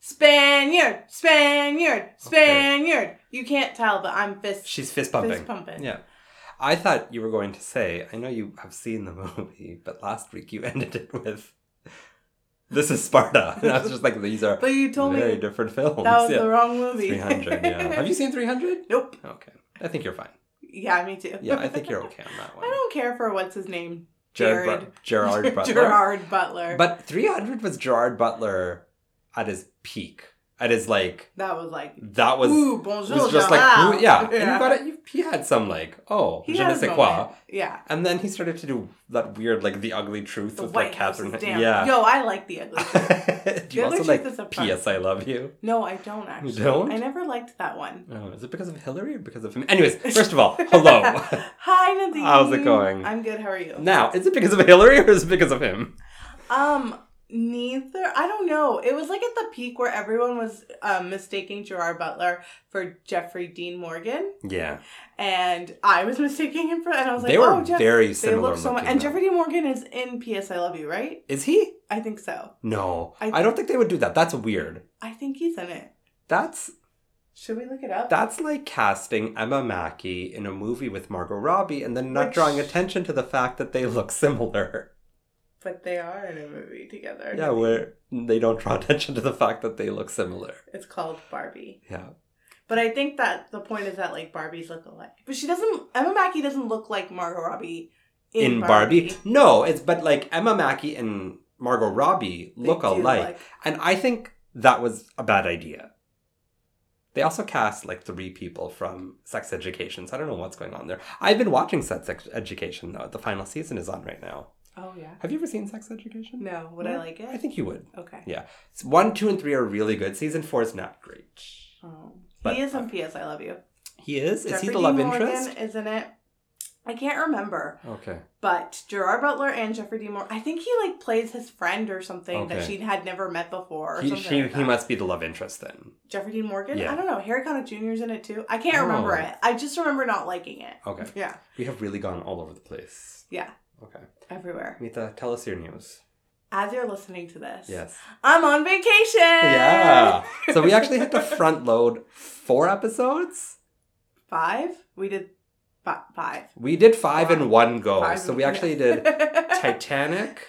Spaniard! Spaniard! Spaniard! You can't tell, but I'm fist. She's fist pumping. Fist pumping. Yeah. I thought you were going to say, I know you have seen the movie, but last week you ended it with, This is Sparta. And I was just like, these are But you told me very different films. that was Yeah. the wrong movie. 300, yeah. Have you seen 300? Nope. Okay. I think you're fine. Yeah, me too. Yeah, I think you're okay on that I one. don't care for what's his name. Gerard, Jared. Bu- Gerard Butler. Gerard Butler. But 300 was Gerard Butler at his peak. At his, like, that was like that was. Ooh, bonjour, was just like, Gerard. who- yeah. And you got it. You, he had some, like, oh, He je had ne his sais quoi. moment. Yeah. And then he started to do that weird, like the ugly truth The with White like House Catherine. is damn. Yeah. Yo, I like the ugly. Truth. do The you also Ugly Truth is a like fun- P.S. I love you? No, I don't actually. don't? I never liked that one. Oh, is it because of Hillary or because of him? Anyways, first of all, hello. Hi, Nadine. How's it going? I'm good. How are you? now, is it because of Hillary or is it because of him? Um, neither. I don't know. It was like at the peak where everyone was um, mistaking Gerard Butler for Jeffrey Dean Morgan, Yeah, and and I was mistaking him for. And I was like, they were oh, Jeff. very They similar. look so much. looking, And though. Jeffrey Dean Morgan is in P.S. I Love You, right? is he? I think so. No, I- I, don't think they would do that. That's weird. I think he's in it. That's Should we look it up? that's like casting Emma Mackey in a movie with Margot Robbie and then not Which- drawing attention to the fact that they look similar. but they are in a movie together. Yeah, where they don't draw attention to the fact that they look similar. It's called Barbie. Yeah. But I think that the point is that like Barbies look alike. But she doesn't. Emma Mackey doesn't look like Margot Robbie in, In, Barbie. No, it's but like Emma Mackey and Margot Robbie They look do alike. And I think that was a bad idea. They also cast like three people from Sex Education, so I don't know what's going on there. I've been watching Sex Ex- Education though. The final season is on right now. Oh yeah. Have you ever seen Sex Education? No, would I like it? I think you would. Okay. Yeah. S- One, two, and three are really good. Season four is not great. Oh. But- he is in P.S. I Love You. He is? is he Jeffrey the love Dean interest? Morgan is in it. I can't remember, Okay. but Gerard Butler and Jeffrey Dean Morgan. I think he like plays his friend or something that Okay. she had never met before. Or He, something she, like he that. must be the love interest then. Jeffrey Dean Morgan. Yeah. I don't know. Harry Connick Jr. is in it too. I can't remember Oh. it. I just remember not liking it. Okay. Yeah. We have really gone all over the place. Yeah. Okay. Everywhere. Mita, tell us your news. As you're listening to this, Yes. I'm on vacation. Yeah. So we actually had to front load four episodes. Five? We did fi- five. We did five in one go. Five Oh, so in- we actually did Titanic,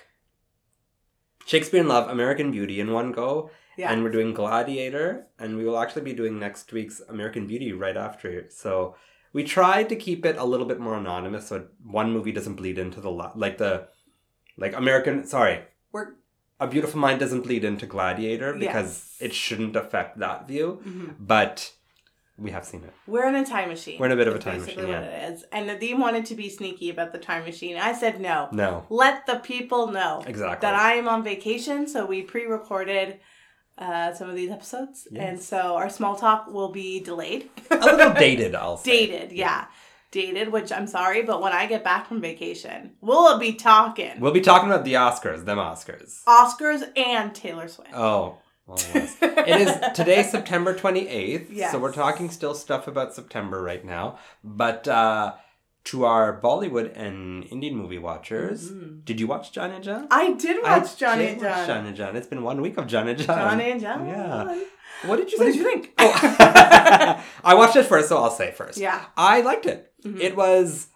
Shakespeare in Love, American Beauty in one go. yeah. And we're doing Gladiator. And we will actually be doing next week's American Beauty right after. So we tried to keep it a little bit more anonymous so one movie doesn't bleed into the la- like the like American sorry We're, A Beautiful Mind doesn't bleed into Gladiator because it shouldn't affect that view, mhm. but we have seen it. we're in a time machine. We're in a bit of a That's time basically machine, what it is. And Nadim wanted to be sneaky about the time machine. I said no. No, Let the people know exactly. that I am on vacation. So we pre recorded uh, some of these episodes. Yes. And so our small talk will be delayed. a little dated, I'll say. Dated, yeah. Dated, which I'm sorry, but when I get back from vacation, we'll be talking We'll be talking about the Oscars, them Oscars. Oscars and Taylor Swift. Oh, well, yes. it is today, September 28th. Yes. So we're talking still stuff about September right now. But uh, to our Bollywood and Indian movie watchers, Mhm. did you watch John and John? I did watch Johnny did and watch John. John and John. It's been one week of John and John. Johnny and John. Yeah. What did you What did think? you think? Oh. I watched it first, so I'll say first. yeah. I liked it. Mhm. It was.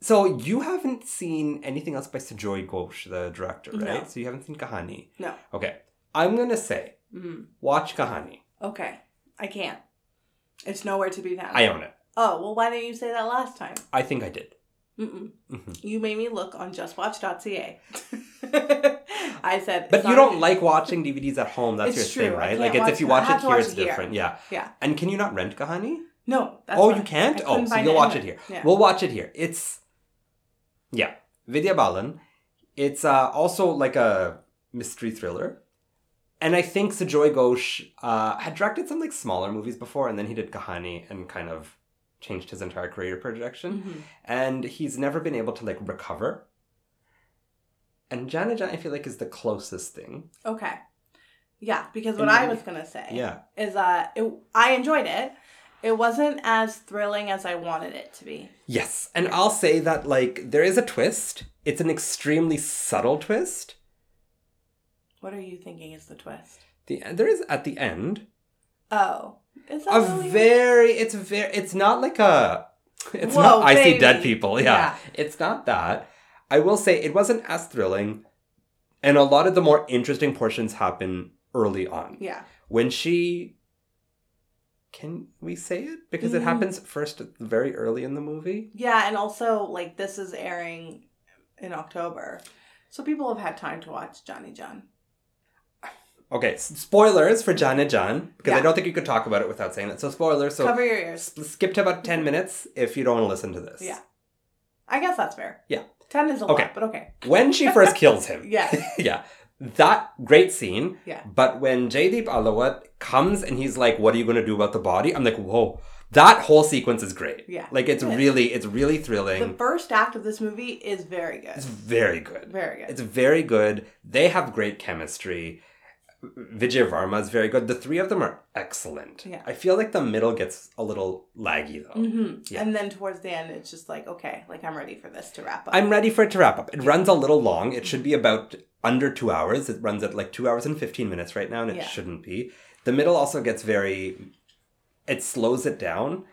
So you haven't seen anything else by Sujoy Ghosh, the director, No. right? So you haven't seen Kahani. No. Okay. I'm gonna say Mm. watch Kahani. Okay. I can't. It's nowhere to be found. I own it. Oh well, why didn't you say that last time? I think I did. Mm-mm. Mhm. You made me look on JustWatch.ca. I said, it's But you not- don't like watching DVDs at home. That's It's your true. I thing, right? can't Like it's watch if you that. I watch have it to here, watch it's it here. different. Yeah. Yeah. And can you not rent Kahani? No. That's oh, what- you can't. I couldn't Oh, so find you'll watch it anywhere. here. Yeah. We'll watch it here. It's yeah, Vidya Balan. It's uh, also like a mystery thriller, and I think Sajoy Ghosh uh, had directed some like smaller movies before, and then he did Kahani and kind of changed his entire career projection, Mhm. and he's never been able to like recover. And Janet Janet, I feel like, is the closest thing. Okay. Yeah, because what And I then- was gonna say Yeah, is that it, I enjoyed it. It wasn't as thrilling as I wanted it to be. Yes. And I'll say that, like, there is a twist. It's an extremely subtle twist. What are you thinking is the twist? The, there is, at the end, Oh, is that a really- very, it's very, it's not like a, it's Whoa, not, I see baby. dead people. Yeah. Yeah. It's not that. I will say it wasn't as thrilling. And a lot of the more interesting portions happen early on. Yeah. When she, can we say it? Because it Mhm. happens first very early in the movie. Yeah, and also like this is airing in October, so people have had time to watch Johnny John. Okay, s- spoilers for John and John because I Yeah. don't think you could talk about it without saying that. So spoilers. So Cover your ears. s- skip to about ten minutes if you don't want to listen to this. Yeah. I guess that's fair. Yeah. Ten is a Okay. lot, but okay. When she first kills him. Yes. yeah. That great scene. Yeah. But when Jaydeep Alawat comes and he's like, "What are you gonna do about the body?" I'm like, "Whoa!" That whole sequence is great. Yeah. Like it's It is. really, it's really The thrilling. first act of this movie is very good. It's very good. Very good. It's very good. They have great chemistry. Vijay Varma is very good. The three of them are excellent. Yeah. I feel like the middle gets a little laggy though. hmm Yeah. And then towards the end, it's just like, okay, like I'm ready for this to wrap up. I'm ready for it to wrap up. It runs a little long. It should be about under two hours. It runs at like two hours and 15 minutes right now, and it Yeah. shouldn't be. The middle also gets very, it slows it down.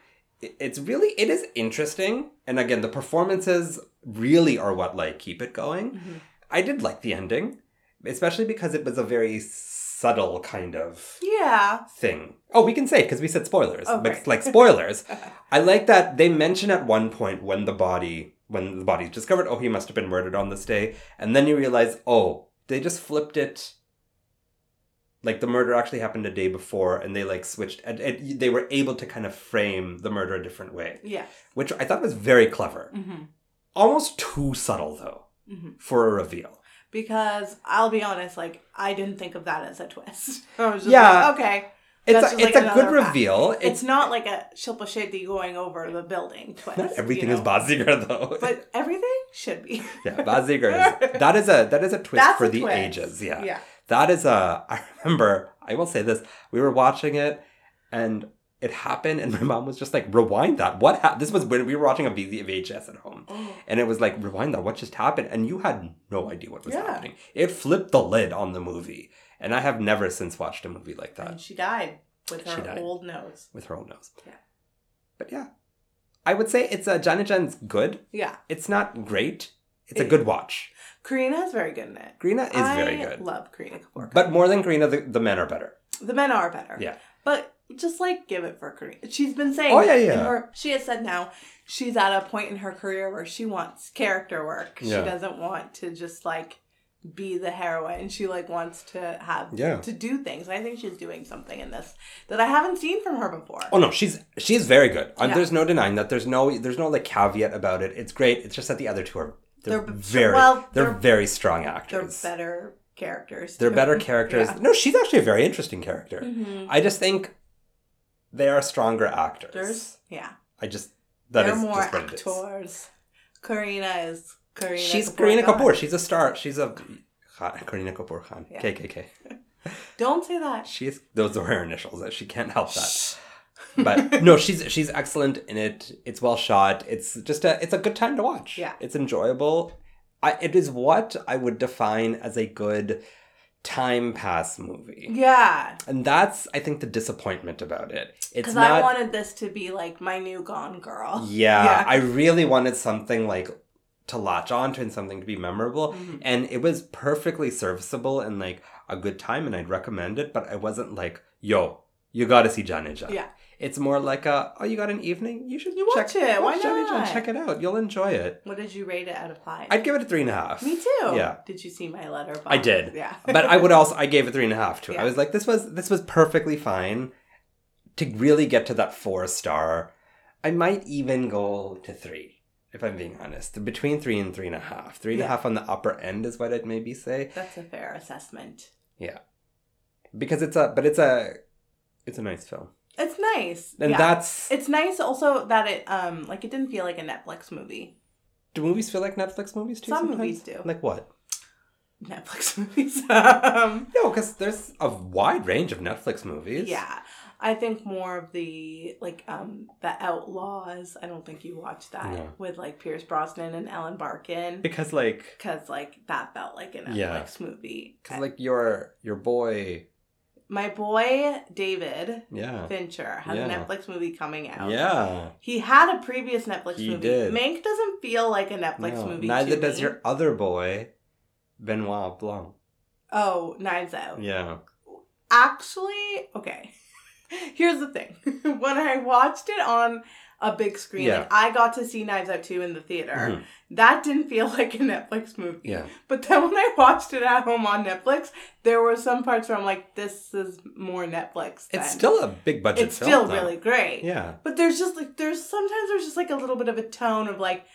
It- It's really, it is interesting. And again, the performances really are what like keep it going. Mhm. I did like the ending, especially because it was a very subtle kind of Yeah. thing. Oh, we can say it because we said spoilers. Oh, like, right. like spoilers. I like that they mention at one point when the body, when the body's discovered, oh, he must have been murdered on this day, and then you realize, oh, they just flipped it. Like the murder actually happened a day before, and they like switched. And it, they were able to kind of frame the murder a different way, Yeah. which I thought was very clever. hmm Almost too subtle though hmm for a reveal. Because I'll be honest, like I didn't think of that as a twist. I was just Yeah. like, okay. It's That's a, just, it's like, a good another fact. reveal. It's It's, not like a Shilpa Shetty going over the building twist. not everything you is know? Bazigar though. But everything should be. Yeah, Bazigar is that is a that is a twist That's for a the twist. ages. Yeah. Yeah. That is a I remember, I will say this, we were watching it and it happened and my mom was just like, rewind that. What happened? This was when we were watching a V- VHS at home. Oh, And it was like, rewind that, what just happened? And you had no idea what was Yeah. happening. It flipped the lid on the movie. And I have never since watched a movie like that and she died with She her died. old nose. with her own nose. Yeah. But yeah. I would say it's a Janet Jen's good. Yeah. It's not great. It's a It- good watch. Karina is very good in it. Greena is very I good. love Karina Kapoor. But more than Karina, the, the men are better. The men are better. Yeah. But just like give it for Karina. She's been saying Oh, yeah, in yeah. her- she has said now she's at a point in her career where she wants character work. Yeah. She doesn't want to just like be the heroine. She like wants to have Yeah. to do things. I think she's doing something in this that I haven't seen from her before. Oh no, she's she's very good. Uh, Yeah. There's no denying that. There's no there's no like caveat about it. It's great. It's just that the other two are they're, They're- very well, they're, they're- very strong They're actors. They're, better characters. too. better characters. Yeah. No, she's actually a very interesting character. Mhm. I just think they are stronger actors. There's- yeah. I just that They're is more just what it is. actors. Karina is Karina. She's Kapoor Karina Khan. Kapoor. She's a star. She's a Khan- Karina Kapoor Khan. Yeah. KKK. Don't say that. She is those are her initials. She can't help that. but no she's she's excellent in it it's well shot it's just a it's a good time to watch Yeah. it's enjoyable I, it is what i would define as a good time pass movie Yeah. and that's i think the disappointment about it it's Because not I wanted this to be like my new Gone Girl. yeah, Yeah. i really wanted something like to latch onto and something to be memorable Mhm. and it was perfectly serviceable and like a good time and i'd recommend it but i wasn't like yo you gotta see Johnny John Yeah. it's more like a oh you got an evening you should You watch it. Why Johnny John. not? check it out you'll enjoy it What did you rate it out of five? i'd give it a three and a half Me too. yeah. Did you see my letter? I did. Yeah. but i would also i gave it three and a half too i Yeah. was like this was this was perfectly fine to really get to that four star i might even go to three if i'm being honest between three and three and a half three and a Yeah. half on the upper end is what i'd maybe say That's a fair assessment. because it's a but it's a it's a nice film It's nice. And yeah. that's it's nice also that it um like it didn't feel like a Netflix movie. do movies feel like Netflix movies too? Some sometimes? movies do. Like what? Netflix movies. um, No, because there's a wide range of Netflix movies. yeah. I think more of the like um the Outlaws. I don't think you watched that No. with like Pierce Brosnan and Ellen Barkin Because like, because like that felt like a Netflix Yeah. movie. cause like your your boy, My boy David yeah, Fincher has Yeah. a Netflix movie coming out. yeah. He had a previous Netflix He movie. did. Mank doesn't feel like a Netflix No, movie. neither to does me. your other boy, Benoit Blanc. Oh, Knives Out. Yeah, Actually, okay. Here's the thing. when I watched it on a big screen, Yeah. like, I got to see Knives Out 2 in the theater. Mhm. That didn't feel like a Netflix movie. yeah. But then when I watched it at home on Netflix, there were some parts where I'm like, this is more Netflix. Than. It's still a big budget it's film. still though. really great. Yeah. But there's just like there's sometimes there's just like a little bit of a tone of like,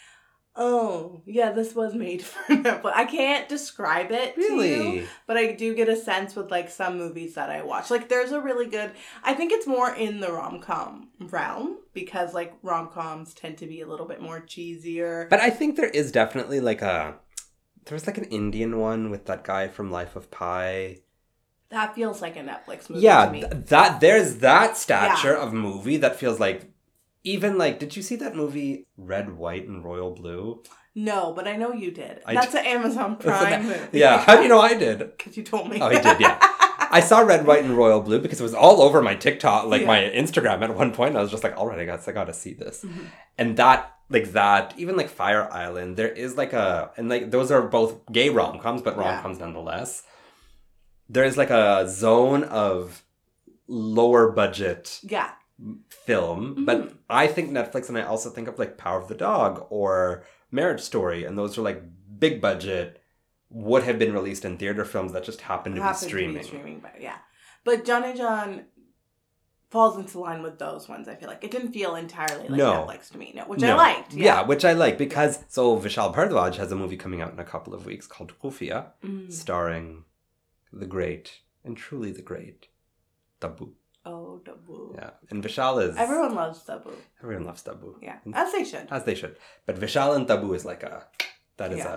oh yeah, this was made for Netflix. I can't describe it to you, Really? but I do get a sense with like some movies that I watch. Like there's a really good. I think it's more in the rom com realm because like rom coms tend to be a little bit more cheesier. But I think there is definitely like a. There was like an Indian one with that guy from Life of Pi. that feels like a Netflix movie Yeah, to me. th- that there's that stature of movie that feels like even like did you see that movie Red, White, and Royal Blue? no, but I know you did. I That's an Amazon Prime movie. Yeah, how do you know I did? Because you told me. Oh, I did, yeah. I saw Red, White, and Royal Blue because it was all over my TikTok, like my Instagram at one point. I was just like, all right, I guess I gotta see this. Mhm. And that, like that, even like Fire Island, there is like a, and like those are both gay rom coms, but Yeah. rom coms nonetheless. There is like a zone of lower budget yeah. film, Mm-hmm. but I think Netflix, and I also think of like Power of the Dog or Marriage Story, and those are like big budget, would have been released in theater films that just happen to, be Happens streaming. To be streaming, but yeah. But John and John falls into line with those ones. I feel like it didn't feel entirely like No. Netflix to me, no, which I No. liked. Yeah. which I like because so Vishal Bharadwaj has a movie coming out in a couple of weeks called Kufia, Mm. starring the great and truly the great Tabu. Oh, Dabu. Yeah, and Vishal is Everyone loves Dabu. everyone loves Tabu, Yeah, as they should. as they should. But Vishal and Tabu is like a that is Yeah. a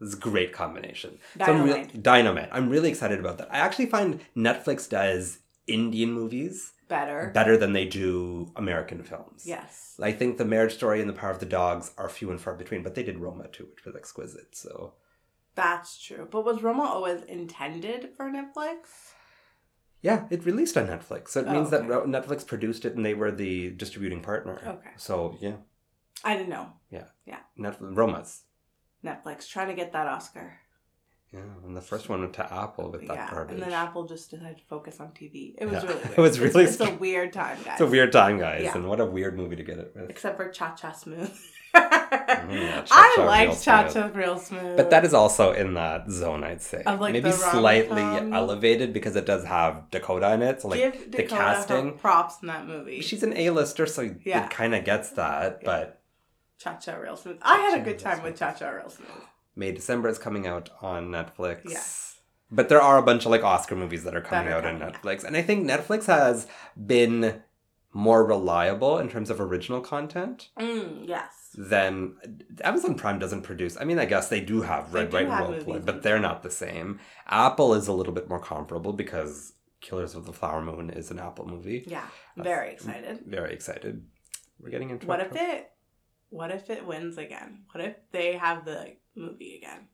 this is a great combination. So I'm Dynamite. real dynamite. I'm really excited about that. I actually find Netflix does Indian movies Better. better than they do American films. Yes. I think the marriage story and the power of the dogs are few and far between, but they did Roma too, which was exquisite. So That's true. But was Roma always intended for Netflix? yeah, it released on Netflix. So it Oh, means that okay. Ro- Netflix produced it and they were the distributing partner. Okay. So yeah, I didn't know. Netflix, Roma's. Netflix trying to get that Oscar. Yeah, and the first one went to Apple with that yeah, garbage. and then Apple just decided to focus on TV. It was Yeah. really It weird. was It's- really It's, a strange. weird time, guys. It's a weird time, guys, Yeah. and what a weird movie to get it with. except for Cha Cha Smooth. yeah, Cha I Cha Mm, like Real Cha Smooth. Cha Real Smooth. But that is also in that zone, I'd say. Of, like, Maybe the rom-com. slightly elevated because it does have Dakota in it. So like give the Dakota her casting. props in that movie. She's an A-lister, so Yeah. it kind of gets that, Yeah. but Cha Cha Real Smooth. I had a good Cha-Cha Real time with Cha Smooth. Cha Real Smooth. May December is coming out on Netflix. Yeah. But there are a bunch of like Oscar movies that are coming That out are on coming out. Netflix. And I think Netflix has been more reliable in terms of original content Mm, yes. than Amazon Prime doesn't produce. I mean, I guess they do have They Red, do White, and have Roll Play, movies. but they're not the same. Apple is a little bit more comparable because Killers of the Flower Moon is an Apple movie. Yeah. That's- Very excited. Very excited. We're getting into What it. if it? What if it wins again? What if they have the movie again?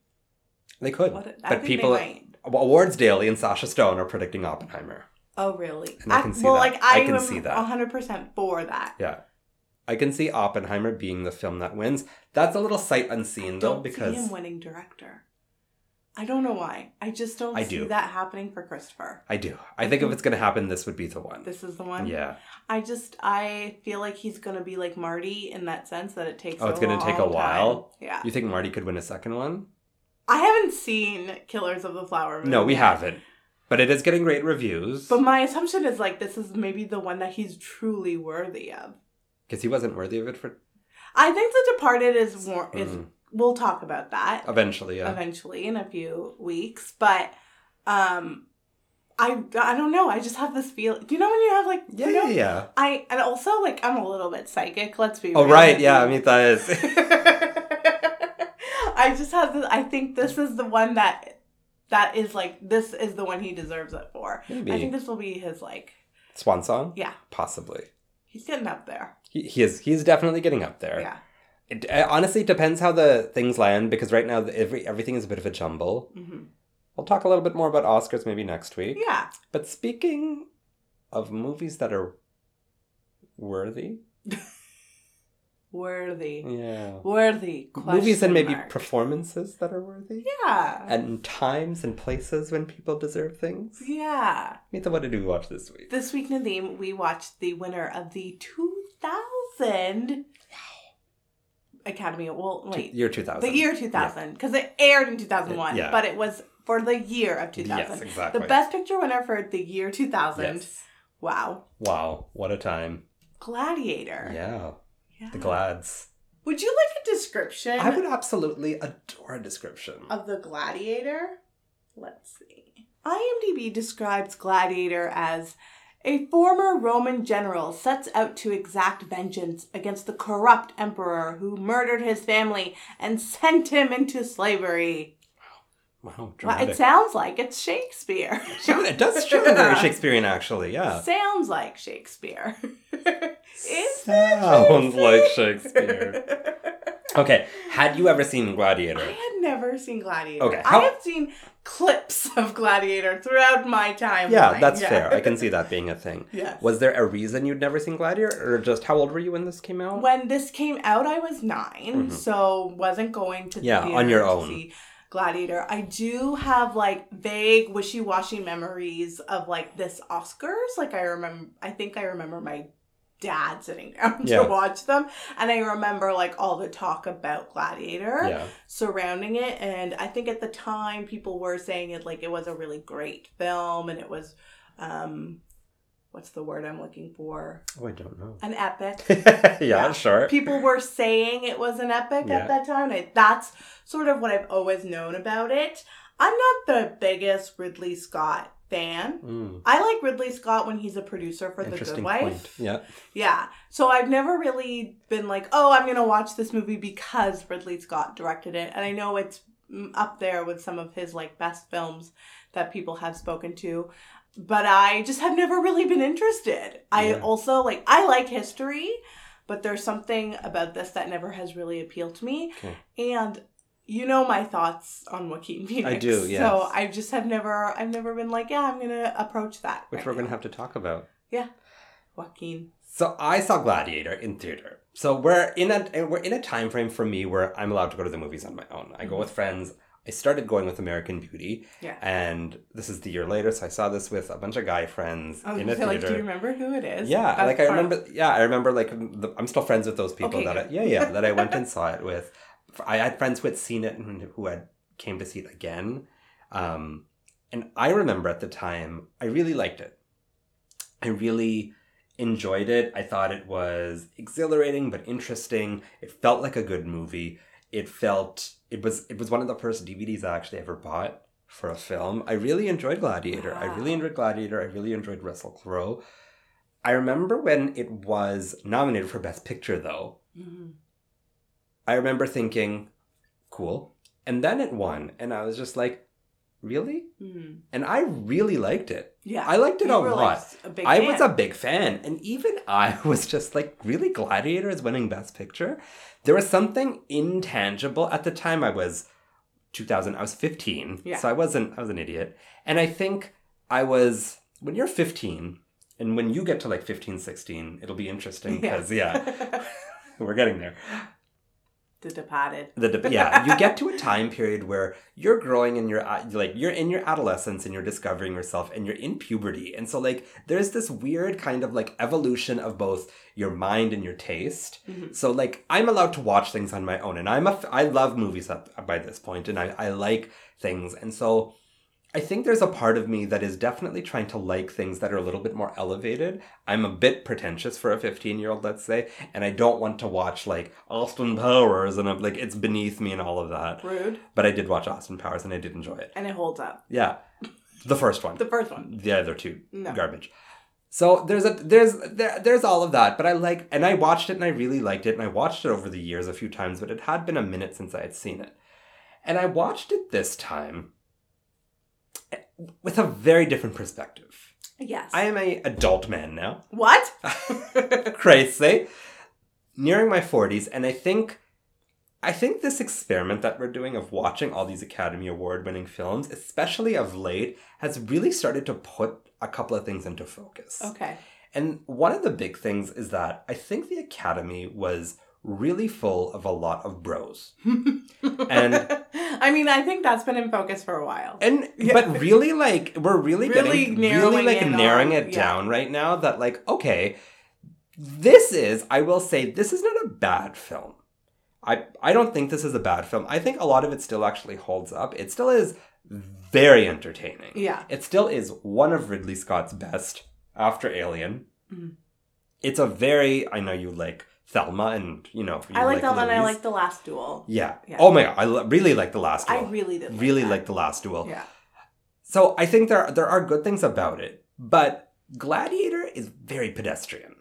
They could. What if, I but think people they might. Awards Daily and Sasha Stone are predicting Oppenheimer. Oh really? And I can see well, that. like I I, can am see that. 100 percent for that. Yeah. I can see Oppenheimer being the film that wins. That's a little sight unseen though, Don't see because him winning director. I don't know why. I just don't I see do. that happening for Christopher. I do. I think if it's gonna happen, this would be the one. This is the one. yeah. I just I feel like he's gonna be like Marty in that sense that it takes. Oh, it's gonna take a long while? time. Yeah, You think Marty could win a second one? I haven't seen Killers of the Flower Moon. No, we yet. haven't. But it is getting great reviews. But my assumption is like this is maybe the one that he's truly worthy of. Because he wasn't worthy of it for I think The Departed is more. Is Mm. we'll talk about that eventually, yeah. eventually in a few weeks, but um, I I don't know. I just have this feel. Do you know when you have like Yeah, you know, yeah, yeah. I and also like I'm a little bit psychic. Let's be Oh, real. right. Yeah, Amita is. I just have this. I think this is the one that that is like this is the one he deserves it for. I think Maybe. this will be his like Swan song? Yeah. Possibly. he's getting up there. He, he is he's definitely getting up there. Yeah. It uh, honestly depends how the things land because right now the, every everything is a bit of a jumble. hmm We'll talk a little bit more about Oscars maybe next week. Yeah. But speaking of movies that are worthy, Worthy. yeah, Worthy. Question movies and maybe mark. performances that are worthy, yeah. and times and places when people deserve things. yeah. Mita, what did we watch this week? This week, Nadim, we watched the winner of the 2000 Academy. Well, wait. Year two thousand. The year 2000, because it aired in 2001, Yeah. but it was for the year of 2000. Yes, exactly. The best picture winner for the year 2000. Yes. Wow. Wow, what a time! Gladiator. Yeah, Yeah. the Glads. would you like a description I would absolutely adore a description. of the Gladiator? Let's see. IMDb describes Gladiator as a former Roman general sets out to exact vengeance against the corrupt emperor who murdered his family and sent him into slavery. Wow, Well, dramatic. it sounds like it's Shakespeare. Sound- it does sound very Yeah. Shakespearean, actually. Yeah, sounds like Shakespeare. Is sounds like Shakespeare. Okay, had you ever seen I Gladiator? had never seen Gladiator. Okay, how- I have seen clips of Gladiator throughout my time. Yeah, that's fair. I can see that being a thing. Yes. Was there a reason you'd never seen Gladiator, or just how old were you when this came out? When this came out, I was 9 Mhm. so wasn't going to the Yeah, theater on your to own. see Gladiator. I do have like vague wishy-washy memories of like this Oscars. Like I remember, I think I remember my dad sitting down Yeah. to watch them, and I remember like all the talk about Gladiator. yeah, surrounding it and i think at the time people were saying it like it was a really great film and it was um what's the word i'm looking for oh, I don't know. an epic yeah, Yeah. sure. people were saying it was an epic Yeah. at that time and that's sort of what i've always known about it i'm not the biggest ridley scott fan Mm, i like ridley scott when he's a producer for the good interesting wife point. Yeah, yeah. So I've never really been like, oh, I'm going to watch this movie because Ridley Scott directed it. And I know it's mm, up there with some of his like best films that people have spoken to, but I just have never really been interested. I Yeah. also like I like history, but there's something about this that never has really appealed to me. Okay. And you know my thoughts on Joaquin Phoenix. do, So yes. I just have never I've never been like, yeah, I'm going to approach that. which right we're gonna now. have to talk about. Joaquin. So I saw Gladiator in theater. So we're in a we're in a time frame for me where I'm allowed to go to the movies on my own. I go with friends. I started going with American Beauty, Mm-hmm. Yeah. and this is the year later. So I saw this with a bunch of guy friends I was in a gonna say, like, do Oh, you theater. remember who it is? yeah, That's like I part- remember. Yeah, I remember. Like the, I'm still friends with those people Okay, that I, good. yeah, yeah, that I went and saw it with. I had friends who had seen it and who had came to see it again. Um, and I remember at the time, I really liked it. I really enjoyed it. I thought it was exhilarating but interesting. It felt like a good movie. It felt it was it was one of the first DVDs I actually ever bought for a film. I really enjoyed Gladiator. I really Wow. enjoyed Gladiator. I really enjoyed Russell Crowe. I remember when it was nominated for Best Picture though. Mhm. I remember thinking, cool. And then it won. And I was just like, really? Mhm. And I really liked it. Yeah. I liked it You a were, lot. like, s- a big I was a fan. big fan, and even I was just like, really, Gladiator is winning Best Picture. There was something intangible at the time. I was 2000. I was 15, Yeah. so I wasn't. I was an idiot, and I think I was when you're 15, and when you get to like 15, 16, it'll be interesting because yeah. we're getting there. the Departed. The dep- yeah, you get to a time period where you're growing and you're uh, like you're in your adolescence and you're discovering yourself and you're in puberty. And so like there's this weird kind of like evolution of both your mind and your taste. Mhm. So like I'm allowed to watch things on my own and I'm a f- I love movies up by this point and I I like things. And so I think there's a part of me that is definitely trying to like things that are a little bit more elevated. I'm a bit pretentious for a 15 year old, let's say, and I don't want to watch like Austin Powers and I'm like, it's beneath me and all of that. Rude, But I did watch Austin Powers and I did enjoy it. and it holds up. Yeah. The first one. The first one. the other two No. garbage. So there's a there's there, there's all of that, but I like and I watched it and I really liked it and I watched it over the years a few times, but it had been a minute since I had seen it. And I watched it this time eh, with a very different perspective. Yes. I am a adult man now. what? crazy nearing my 40s and i think i think this experiment that we're doing of watching all these academy award winning films especially of late has really started to put a couple of things into focus Okay. and one of the big things is that i think the academy was really full of a lot of bros And- I mean, I think that's been in focus for a while. and but really like we're really, Really getting really narrowing like in narrowing on- it yeah. down right now that like okay this is i will say this is not a bad film i i don't think this is a bad film i think a lot of it still actually holds up it still is very entertaining yeah. it still is one of ridley scott's best after alien Mhm. it's a very i know you like thelma and you know you I like that one. I Louise. like the last duel. yeah. Yeah. oh my god i lo- really like the last I duel really did. really that. like the last duel Yeah. so I think there there are good things about it, but Gladiator is very pedestrian.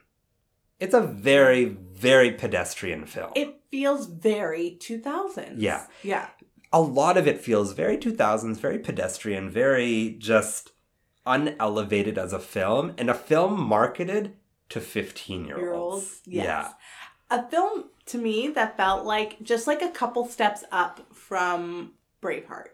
It's a very very pedestrian film. It feels very 2000s. Yeah. Yeah. a lot of it feels very 2000s, very pedestrian, very just unelevated as a film and a film marketed to 15-year-olds. Year olds. Yes. Yeah. A film to me that felt like just like a couple steps up from Braveheart.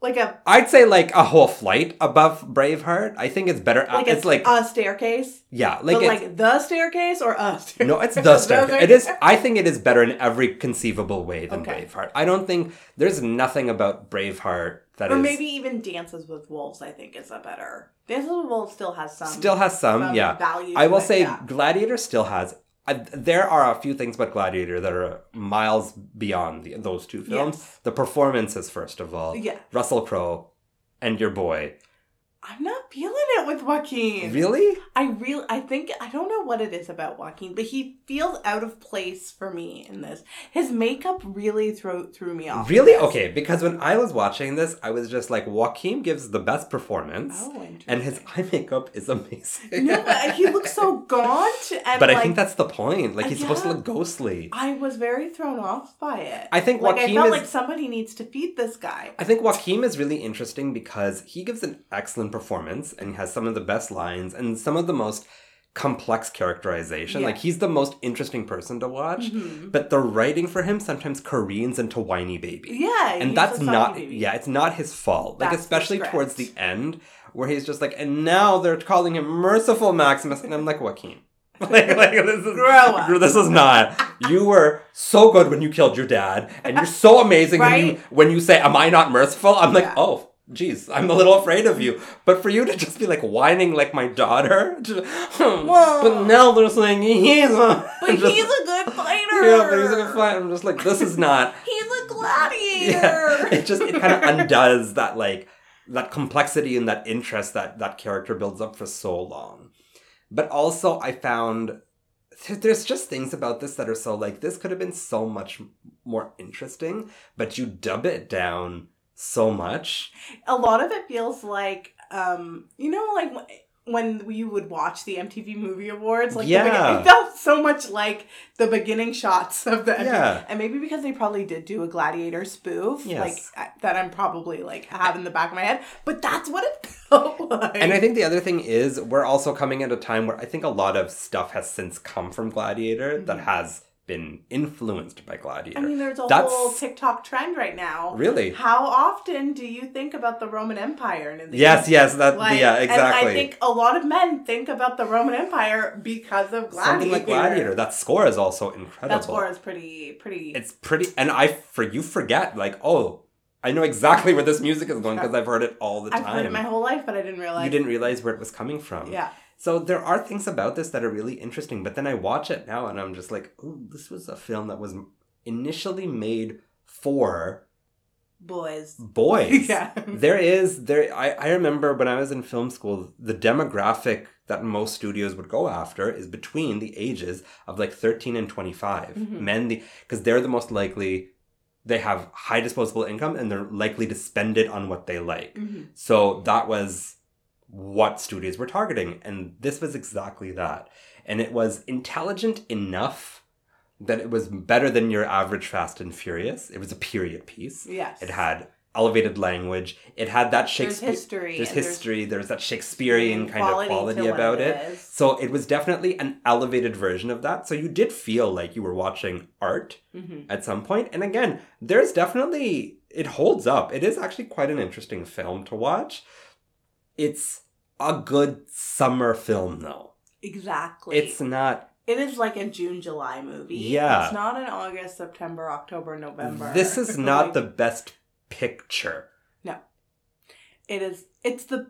Like a I'd say like a whole flight above Braveheart. I think it's better like Uh, it's a, like a staircase. yeah, like Like but it's, like the staircase or a staircase. No, it's the Star. Those are- It is. I think it is better in every conceivable way than Okay. Braveheart. I don't think there's nothing about Braveheart that is or maybe even Dances with Wolves, I think is a better. Dances with Wolves still has some still has some. some yeah, value. I to will it, say yeah. Gladiator still has. I, there are a few things about Gladiator that are miles beyond the, those two films. Yes. The performances, first of all, Yeah. Russell Crowe and your boy. I'm not feeling it with Joaquin. Really? I really, I think I don't know what it is about Joaquin, but he feels out of place for me in this. His makeup really threw threw me off. Really? Okay, because when I was watching this, I was just like, Joaquin gives the best performance, Oh, interesting. and his eye makeup is amazing. no, but uh, he looks so gaunt, and But like, uh, I think that's the point. Like he's supposed to Yeah. look ghostly. I was very thrown off by it. I think like I Joaquin felt is- like somebody needs to feed this guy. I think Joaquin is really interesting because he gives an excellent performance and has some of the best lines and some of the most complex characterization. Yeah. Like he's the most interesting person to watch. Mhm. But the writing for him sometimes careens into whiny baby. Yeah, he's and that's a not zombie baby. yeah it's not his fault like That's the especially script. towards the end where he's just like and now they're calling him merciful maximus and i'm like joaquin like, like this is Grow up. this is not you were so good when you killed your dad and you're so amazing when you Right? when you say am i not merciful i'm like Yeah. oh Jeez, I'm a little afraid of you. But for you to just be like whining like my daughter, just, "Hmm, Whoa. but now they're saying he's a. But just- he's a good fighter. yeah, but he's a good fight. I'm just like, this is not. He's a gladiator. Yeah, it just it kind of undoes that like that complexity and that interest that that character builds up for so long. But also, I found th- there's just things about this that are so like this could have been so much more interesting, but you dub it down so much. a lot of it feels like um you know like wh- when you would watch the MTV Movie Awards like the Yeah. begin- it felt so much like the beginning shots of the Yeah. and maybe because they probably did do a gladiator spoof Yes. like I- that I'm probably like have in the back of my head but that's what it felt like And I think the other thing is we're also coming at a time where I think a lot of stuff has since come from Gladiator that Mhm. has been influenced by Gladiator. I mean there's a That's- whole TikTok trend right now really? how often do you think about the Roman Empire and in the Yes, yes, that Like, yeah, And exactly. I think a lot of men think about the Roman Empire because of Gladiator. Something like Gladiator. That score is also incredible. That score is pretty, pretty. It's pretty, and I for you forget like oh, I know exactly where this music is going because I've heard it all the I've time. heard it my whole life, but I didn't realize. you didn't realize where it was coming from. Yeah. So there are things about this that are really interesting, but then I watch it now and I'm just like, ooh, this was a film that was initially made for Boys. boys. Yeah. there is there I, I remember when i was in film school the demographic that most studios would go after is between the ages of like 13 and 25 Mhm. men the because they're the most likely they have high disposable income and they're likely to spend it on what they like. Mhm. So that was what studios were targeting. And this was exactly that. And it was intelligent enough that it was better than your average Fast and Furious. It was a period piece. Yes. It had elevated language. It had that There's Shakespeare. history. There's and history. There's that Shakespearean kind of to quality what about it. is. So it was definitely an elevated version of that. So you did feel like you were watching art Mhm. at some point. And again, there's definitely it holds up. It is actually quite an interesting film to watch. It's a good summer film though. Exactly. It's not It is like a June July movie. Yeah. It's not an August, September, October, November. this is Like, not the best picture. It is. It's the.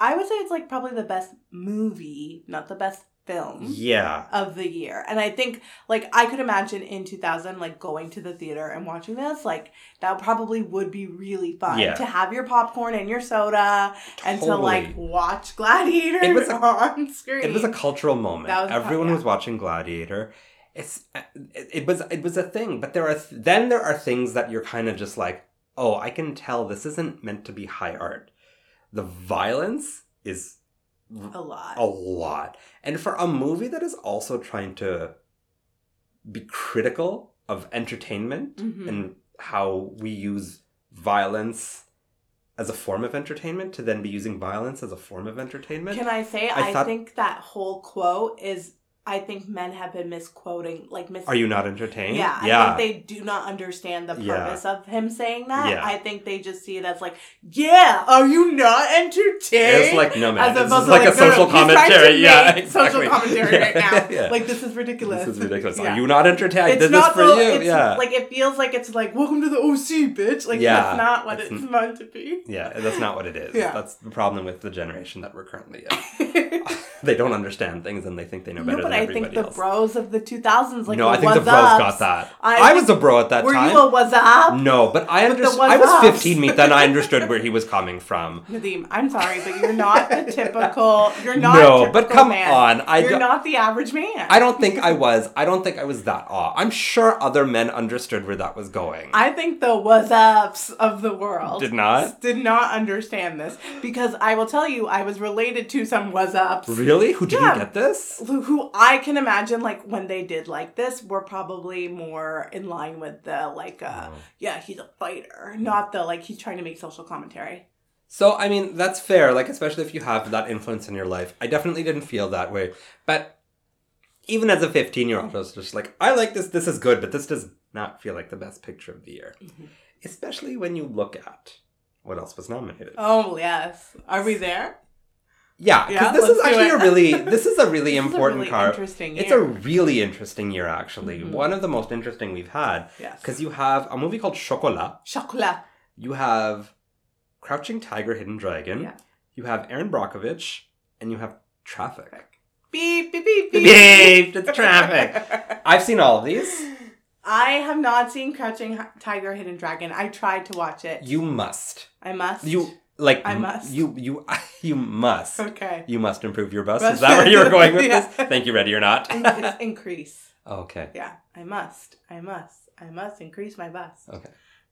I would say it's like probably the best movie, not the best film. Yeah. Of the year. And I think, like, I could imagine in 2000, like, going to the theater and watching this, like, that probably would be really fun Yeah. to have your popcorn and your soda and to, like, Totally. watch Gladiator It was a- on screen. It was a cultural moment. That was a cul- Everyone yeah. was watching Gladiator. It's it, it was it was a thing, but there are th- then there are things that you're kind of just like, oh, I can tell this isn't meant to be high art. The violence is a lot. a lot, and for a movie that is also trying to be critical of entertainment Mhm. and how we use violence as a form of entertainment to then be using violence as a form of entertainment. Can I say I I, thought- think that whole quote is I think men have been misquoting like mis Are you not entertained? yeah, Yeah. I think they do not understand the Yeah. purpose of him saying that. Yeah. I think they just see it as like, yeah, are you not entertained? It's like no man. As This is opposed to, like, a no, no, social he's trying to commentary. Yeah, make exactly. Social commentary Yeah, right now. yeah. Like this is ridiculous. this is ridiculous. Yeah. Are you not entertained? I It's did this not for so- you. It's, Yeah, Like it feels like it's like welcome to the OC, bitch. Like Yeah. that's not what It's it's, n- meant to be. yeah. That's not what it is. Yeah. That's the problem with the generation that we're currently in. they don't understand things and they think they know No, better but than I everybody think the else. bros of the 2000s, like no, the I think the what's bros got ups, that. I- I, was a bro at that Were time. you a was up? no, but I But the understood. I was what's ups. 15, meet then I understood where he was coming from. Nadeem, I'm sorry, but you're not the typical. You're not. No, a but typical come man. on, I you're don't- not the average man. I don't think I was. I don't think I was that awe. I'm sure other men understood where that was going. I think the was ups of the world Did not? did not understand this because I will tell you, I was related to some was ups really? Who didn't Yeah. get this? who who I can imagine like when they did like this were probably more in line with the like uh Oh. yeah he's a fighter, not the like he's trying to make social commentary. So I mean that's fair, like especially if you have that influence in your life. I definitely didn't feel that way, but even as a fifteen-year-old, I was just like, I like this. This is good, but this does not feel like the best picture of the year, Mm-hmm. especially when you look at what else was nominated. Oh yes, are we there? yeah, because yeah, this is let's do actually a it. really, this is a really This is a important really card. Interesting. It's a year. really interesting year, actually. Mhm. One of the most interesting we've had, yes. because you have a movie called Chocolat. Chocolat. You have Crouching Tiger, Hidden Dragon. Yeah. You have Aaron Brockovich, and you have Traffic. Beep beep beep beep. Beep! It's Traffic. I've seen all of these. I have not seen Crouching Hi- Tiger, Hidden Dragon. I tried to watch it. You must. I must. You like. I must. You you you must. Okay. You must improve your bus. Is Bus. that where you were going with Yeah. this? Thank you. Ready or not? In- it's increase. okay. Yeah. I must. I must. I must increase my bust. Okay.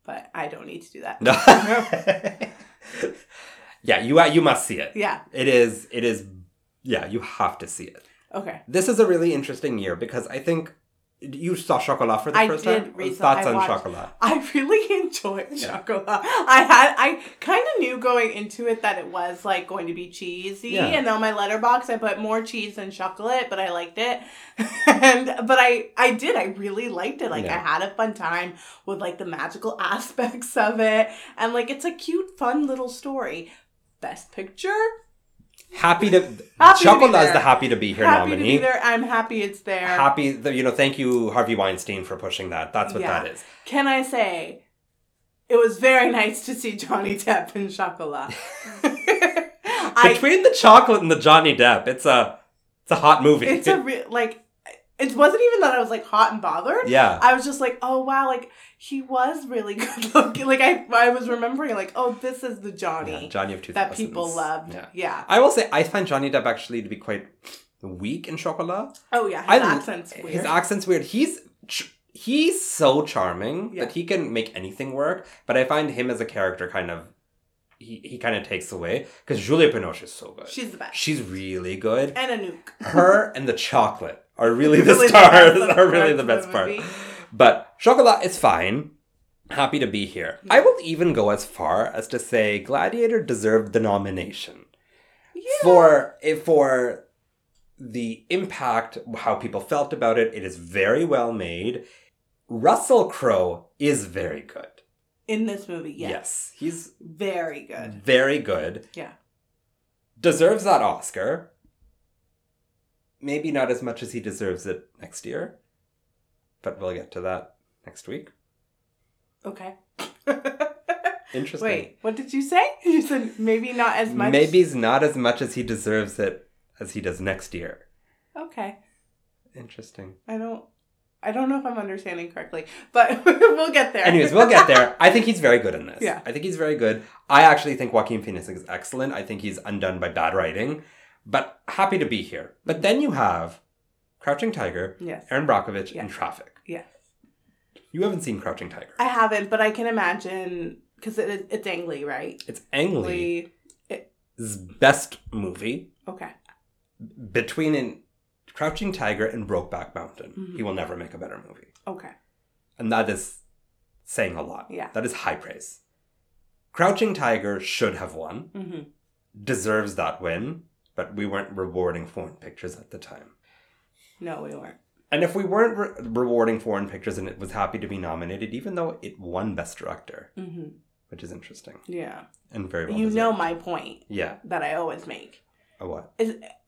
But I don't need to do that. No. yeah. You uh, you must see it. Yeah. It is. It is. Yeah. You have to see it. Okay. This is a really interesting year because I think you saw Chocolat for the I first did time. recent- Thoughts I on watched- Chocolat? I really enjoyed Yeah. chocolate. I had I kind of knew going into it that it was like going to be cheesy, Yeah. and on my letterbox I put more cheese than chocolate, but I liked it. and but I I did I really liked it. Like Yeah. I had a fun time with like the magical aspects of it, and like it's a cute, fun little story. Best picture. Happy to Happy to Chocolat be is there. the happy to be here happy nominee. to be there. I'm happy it's there. Happy, that you know, thank you, Harvey Weinstein, for pushing that. That's what Yeah. that is. Can I say, it was very nice to see Johnny Depp in chocolate. I Between the chocolate and the Johnny Depp, it's a it's a hot movie. it's a re- like it wasn't even that I was like hot and bothered. yeah. I was just like, oh wow, like he was really good looking. Like I, I was remembering, like, oh, this is the Johnny Yeah, Johnny of 2000s. that people loved. Yeah. Yeah. I will say I find Johnny Depp actually to be quite weak in Chocolat. Oh yeah, I his l- accent's weird. His accent's weird. He's ch- he's so charming Yeah. that he can make anything work. But I find him as a character kind of he, he kind of takes away because Julia Binoche is so good. She's the best. She's really good. and a nuke. Her and the chocolate are really the Really the stars. best are really parts the of best the part. movie. But chocolate is fine. Happy to be here. I will even go as far as to say Gladiator deserved the nomination Yeah. for eh, for the impact how people felt about it it is very well made russell crowe is very good in this movie, yes. yes, he's Very good. very good Yeah. deserves that oscar maybe not as much as he deserves it next year but we'll get to that next week Okay. Mm-hmm. interesting Wait, what did you say? You said maybe not as much. maybe he's not as much as he deserves it as he does next year Okay. interesting I don't. I don't know if I'm understanding correctly, but we'll get there. Anyways, we'll get there. I think he's very good in this. Yeah. I think he's very good. I actually think Joaquin Phoenix is excellent. I think he's undone by bad writing, but happy to be here. But then you have Crouching Tiger, Yes. Aaron Brockovich, Yeah. and Traffic. Yes. You haven't seen Crouching Tiger. I haven't, but I can imagine because it, it's Ang Lee, right? It's Ang Lee's Lee. best movie Okay. between in Crouching Tiger and Brokeback Mountain. Mhm. He will never make a better movie. Okay. And that is saying a lot. Yeah. That is high praise. Crouching Tiger should have won. hmm deserves that win, but we weren't rewarding foreign pictures at the time. No, we weren't. And if we weren't re- rewarding foreign pictures and it was happy to be nominated, even though it won Best Director, hmm which is interesting Yeah. and very well. You know deserved. my point Yeah. that I always make. A what?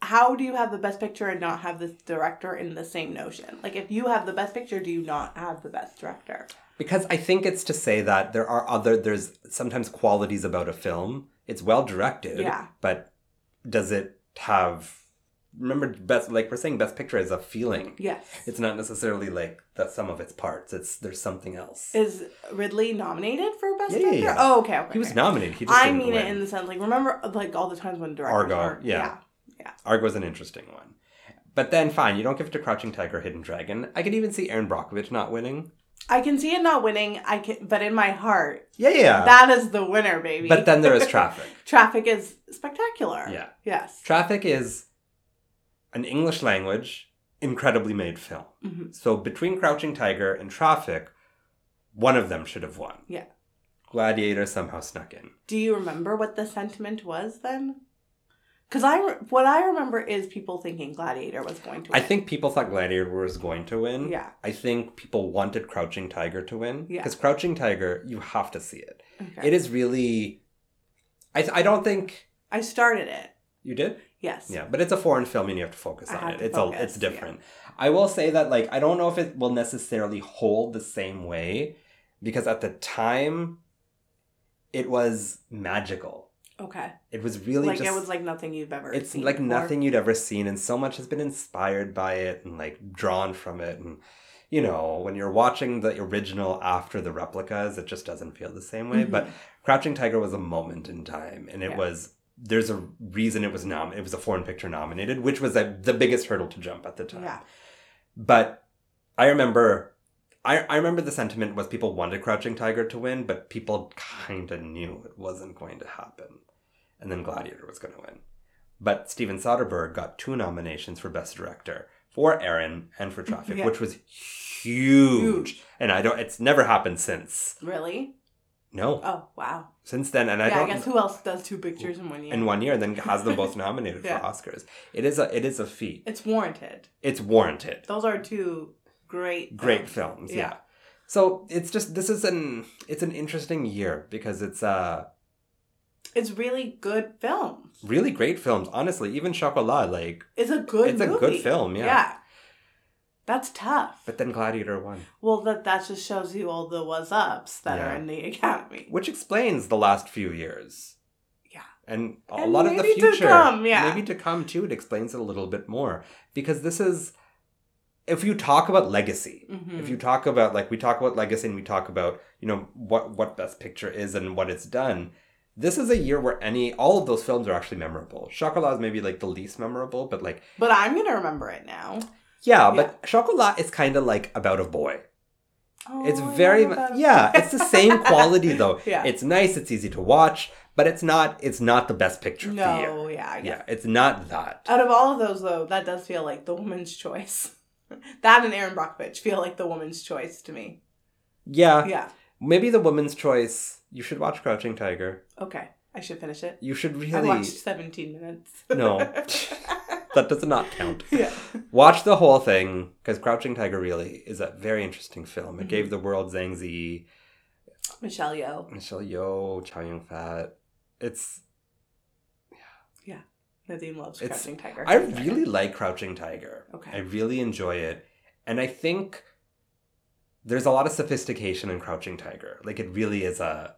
How do you have the best picture and not have the director in the same notion? Like, if you have the best picture, do you not have the best director? Because I think it's to say that there are other, there's sometimes qualities about a film. It's well directed, Yeah. but does it have, remember, best, like we're saying, best picture is a feeling. Yes. It's not necessarily like the sum of its parts, it's there's something else. Is Ridley nominated for best Yeah, yeah, director? yeah. Oh, okay. okay he was okay. nominated. He just I didn't mean win. it in the sense like remember like all the times when directors Argo, aren't- yeah. Argo's an interesting one. But then, fine, you don't give it to Crouching Tiger, Hidden Dragon. I could even see Aaron Brockovich not winning. I can see it not winning. I can, but in my heart, Yeah, yeah. that is the winner, baby. but then there is Traffic. traffic is spectacular. yeah. Yes. Traffic is an English language, incredibly made film. hmm So between Crouching Tiger and Traffic, one of them should have won. Yeah. Gladiator somehow snuck in. Do you remember what the sentiment was then? Because I re- what I remember is people thinking Gladiator was going to. I Win. think people thought Gladiator was going to win. Yeah. I think people wanted Crouching Tiger to win. Yeah. Because Crouching Tiger, you have to see it. Okay. It is really. I, I don't think I started it. you did. Yes. Yeah, but it's a foreign film, and you have to focus I on had it. to It's focus, a, it's different. I will say that like I don't know if it will necessarily hold the same way because at the time, it was magical. Okay. It was really like just. it was like nothing you've ever. it's seen like before. nothing you'd ever seen, and so much has been inspired by it and like drawn from it. And you know, when you're watching the original after the replicas, it just doesn't feel the same way. Mhm. But Crouching Tiger was a moment in time, and it Yeah. was there's a reason it was nom it was a foreign picture nominated, which was the the biggest hurdle to jump at the time. Yeah. But I remember, I I remember the sentiment was people wanted Crouching Tiger to win, but people kind of knew it wasn't going to happen, and then Gladiator was going to win. But Steven Soderbergh got two nominations for Best Director for Aaron and for Traffic, Yeah. which was huge. Huge. And I don't. It's never happened since. Really? No, Oh wow. since then, and I yeah. I don't. guess who else does two pictures in one year? in one year, and then has them both nominated Yeah. for Oscars. It is a it is a feat. it's warranted. It's warranted. Those are two great Great films. films, Oh, Yeah. yeah. So it's just this is an it's an interesting year because it's uh It's really good films. really great films. Honestly, even Chocolat, like, It's a good. It's a good movie. film, yeah. That's tough. but then Gladiator won, well, that that just shows you all the was ups that Yeah. are in the academy. which explains the last few years. Yeah. and a And lot of the maybe to future, come, yeah. maybe to come too. It explains it a little bit more because this is if you talk about legacy, Mhm. if you talk about like we talk about legacy and we talk about you know what what best picture is and what it's done this is a year where any all of those films are actually memorable chocolat is maybe like the least memorable but like But I'm gonna remember it now. yeah, but chocolat is kind of like about a boy Oh, It's I very know mu- about- yeah. It's the same quality though. Yeah. It's nice. It's easy to watch, but it's not. It's not the best picture of the year. No, yeah, I guess. Yeah, it's not that. Out of all of those, though, that does feel like the woman's choice. that and Aaron Brockovich feel like the woman's choice to me. Yeah, Yeah. maybe the woman's choice. You should watch Crouching Tiger. Okay. I should finish it. You should I really watched 17 minutes. no. that does not count. yeah. Watch the whole thing because Crouching Tiger really is a very interesting film. It gave the world Zhang Zi, Michelle Yeoh. Michelle Yeoh, Chow Yun Fat. It's Nadine loves It's- Crouching Tiger. I really like Crouching Tiger. Okay. I really enjoy it. And I think there's a lot of sophistication in Crouching Tiger. Like it really is a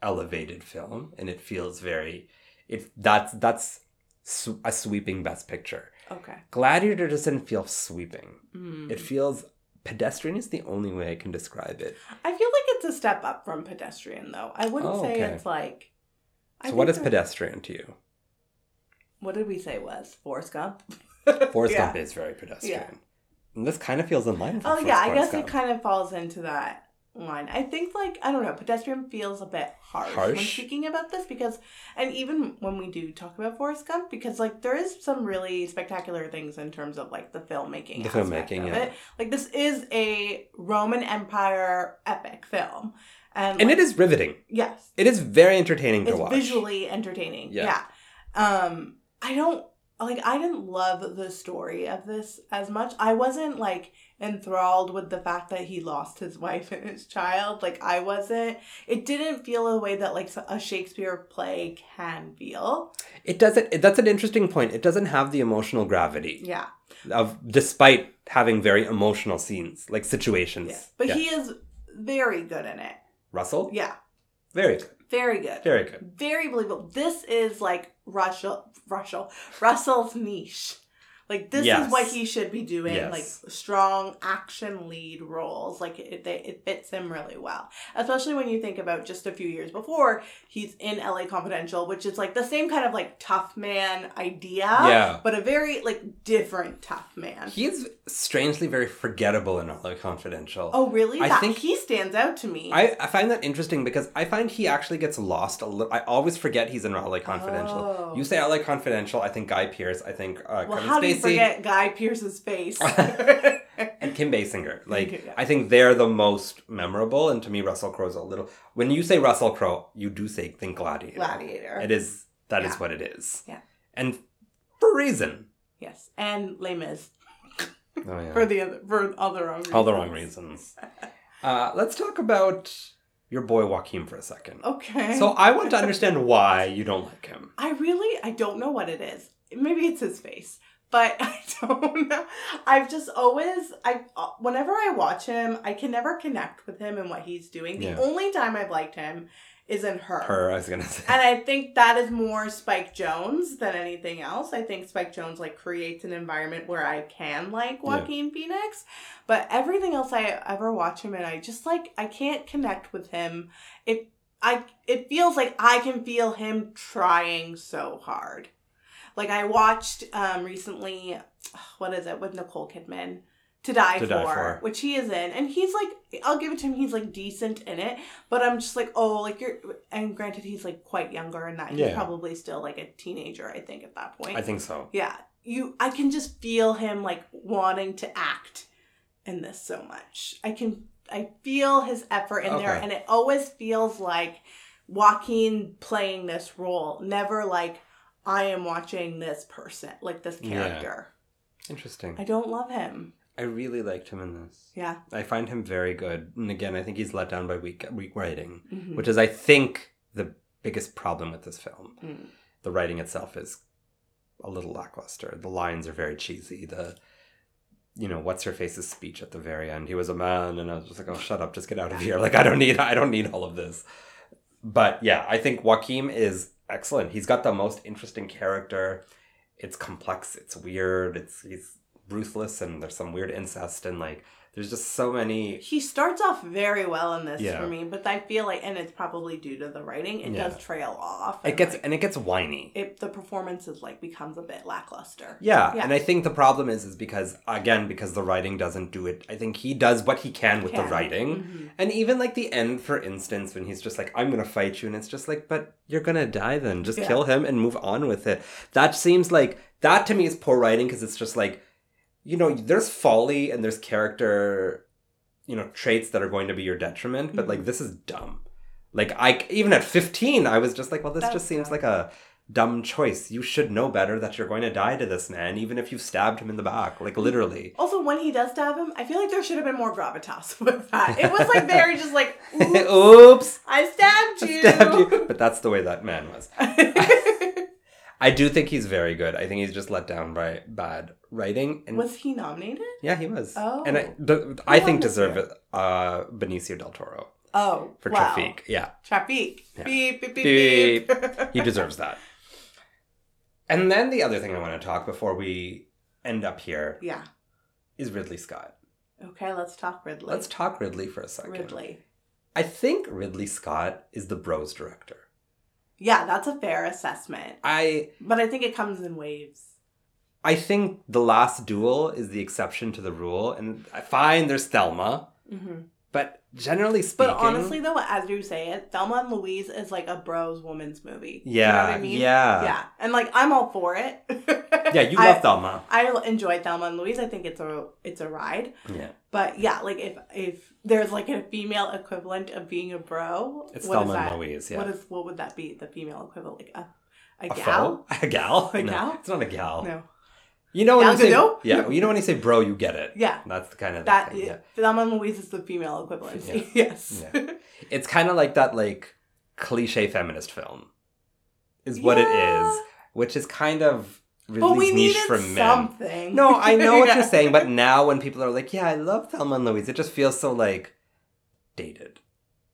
elevated film and it feels very it that's that's sw- a sweeping best picture. Okay. Gladiator doesn't feel sweeping. Mm. It feels pedestrian is the only way I can describe it. I feel like it's a step up from pedestrian, though. I wouldn't Oh, say okay. it's like. I So what think is that- pedestrian to you? What did we say it was Forrest Gump? Forrest Yeah. Gump is very pedestrian. And this kind of feels in line with Oh Forrest yeah, I Forrest guess it Gump. kind of falls into that line. I think like I don't know, pedestrian feels a bit harsh, when Harsh? speaking about this because, and even when we do talk about Forrest Gump, because like there is some really spectacular things in terms of like the filmmaking, The aspect filmmaking, of yeah. it. Like this is a Roman Empire epic film, and and like, it is riveting. yes, It is very entertaining to it's watch. visually entertaining. Yeah. Yeah. Um, I don't like. I didn't love the story of this as much. I wasn't like enthralled with the fact that he lost his wife and his child. Like I wasn't. It didn't feel the way that like a Shakespeare play can feel. It doesn't. It, that's an interesting point. It doesn't have the emotional gravity Yeah. of, despite having very emotional scenes, like situations. yeah. But Yeah. he is very good in it. Russell, Yeah. very good, Very good. very good. very believable. This is like Russell, Russell, Russell's niche. Like this Yes. is what he should be doing. Yes. Like strong action lead roles. Like it, they it fits him really well. Especially when you think about just a few years before, he's in LA Confidential, which is like the same kind of like tough man idea, Yeah. but a very like different tough man. He is strangely very forgettable in All Confidential. oh, really? I that, think- he stands out to me. I, I find that interesting because I find he actually gets lost a little. I always forget he's in LA Confidential. Oh. You say LA Confidential, I think Guy Pearce, I think uh, well, Kevin how Spacey, do you forget Guy Pierce's face? and Kim Basinger. Like Yeah. I think they're the most memorable, and to me, Russell Crowe's a little. When you say Russell Crowe, you do say think Gladiator. Gladiator. It is that is Yeah. what it is. Yeah. And for a reason. Yes, and Les Mis Oh yeah. for the other for all the wrong reasons. All the wrong reasons. Uh, let's talk about your boy Joaquin for a second. Okay. So I want to understand why you don't like him. I really I don't know what it is. Maybe it's his face, but I don't know. I've just always I uh, whenever I watch him, I can never connect with him and what he's doing. The Yeah. only time I've liked him is in her. Her, I was gonna say. And I think that is more Spike Jones than anything else. I think Spike Jones like creates an environment where I can like Yeah. Joaquin Phoenix, but everything else I ever watch him in, I just like I can't connect with him. It I it feels like I can feel him trying so hard. Like I watched um recently, what is it with Nicole Kidman? To die, To for, Die For. which he is in, and he's like, I'll give it to him. He's like decent in it, but I'm just like, oh, like you're. And granted, he's like quite younger and that. He's Yeah. probably still like a teenager, I think, at that point. I think so. Yeah, you. I can just feel him like wanting to act in this so much. I can. I feel his effort in there, Okay. and it always feels like Joaquin playing this role, never like I am watching this person, like this Yeah. character. I Interesting. don't love him. I really liked him in this. Yeah. I find him very good. And again, I think he's let down by weak weak writing. Mhm. which is I think the biggest problem with this film. Mm. The writing itself is a little lackluster. The lines are very cheesy. The you know, what's her face's speech at the very end? He was a man, and I was just like, oh, shut up, just get out of here. Like, I don't need, I don't need all of this. But yeah, I think Joaquin is excellent. He's got the most interesting character. It's complex. It's weird. It's he's ruthless, and there's some weird incest, and like There's just so many. He starts off very well in this Yeah. for me, but I feel like, and it's probably due to the writing, it Yeah. does trail off. It and, gets like, and it gets whiny. it, the performance is like becomes a bit lackluster. Yeah, Yeah. and I think the problem is is because again because the writing doesn't do it. I think he does what he can with Can. the writing. Mhm. And even like the end, for instance, when he's just like, I'm gonna fight you, and it's just like, but you're gonna die then. Just Yeah. kill him and move on with it. That seems like, that to me is poor writing because it's just like, you know, there's folly and there's character, you know, traits that are going to be your detriment, but Mm-hmm. like, this is dumb. Like, I, even at 15, I was just like, well, this That's just seems dumb. like a dumb choice. You should know better that you're going to die to this man, even if you've stabbed him in the back, Mm-hmm. like, literally. Also, when he does stab him, I feel like there should have been more gravitas with that. It was like very just like, "Ooh, Oops! I stabbed I you. stabbed you. But that's the way that man was. I do think he's very good. I think he's just let down by bad writing. And was he nominated? yeah, he was. Oh. and I, the, I Who won think this deserve it. Uh, Benicio del Toro Oh, for wow. Traffic. Yeah, Traffic. Yeah. Beep, beep, beep, beep. he deserves that. And then the other thing I want to talk before we end up here yeah. is Ridley Scott. Okay, let's talk Ridley. Let's talk Ridley for a second. Ridley. I think Ridley Scott is the Bros director. Yeah, that's a fair assessment. I But I think it comes in waves. I think The Last Duel is the exception to the rule, and fine, there's Thelma, Mm-hmm. but generally But speaking, honestly, though, as you say it, Thelma and Louise is like a bros woman's movie. You know yeah, what I mean? yeah, Yeah. And like, I'm all for it. yeah, you I- love Thelma, I enjoy Thelma and Louise. I think it's a it's a ride. yeah, But yeah, like if if there's like a female equivalent of being a bro, it's what is Thelma that? and Louise, yeah, What is what would that be? The female equivalent, like a a, a gal? foe? a gal, A no, gal? it's not a gal. No. You know when Gal you say, Gadot? yeah, you know when you say bro, you get it. Yeah. That's the kind of That thing, yeah. Thelma and Louise is the female equivalent. Yeah. yes. Yeah. It's kind of like that, like cliche feminist film, is what it Yeah. is, which is kind of But we Ridley's niche needed for men. something. No, I know what Yeah. you're saying, but now when people are like, "Yeah, I love Thelma and Louise," it just feels so like dated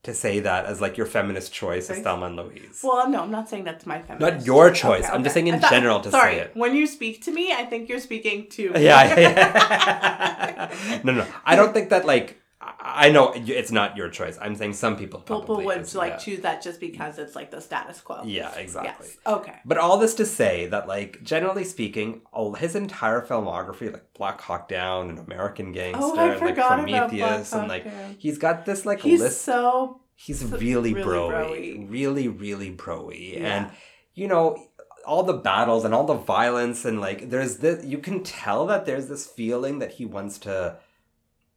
to say that as like your feminist choice is Right. Thelma and Louise. Well, no, I'm not saying that's my feminist. Not your choice. Okay, I'm just okay. saying in I thought- general to sorry, say it. when you speak to me, I think you're speaking to me. Yeah. yeah. no, no, I don't think that like I I know it's not your choice. I'm saying some people People probably would is, like yeah. choose that just because it's like the status quo. Yeah, exactly. Yes. Okay. But all this to say that, like, generally speaking, all his entire filmography, like Black Hawk Down and American Gangster, Oh, I and, like forgot about Prometheus, Black and Hawk like Down. he's got this like He's list so He's So- really, really broy, broy. really, really broy, Yeah. and you know all the battles and all the violence and like there's this. You can tell that there's this feeling that he wants to,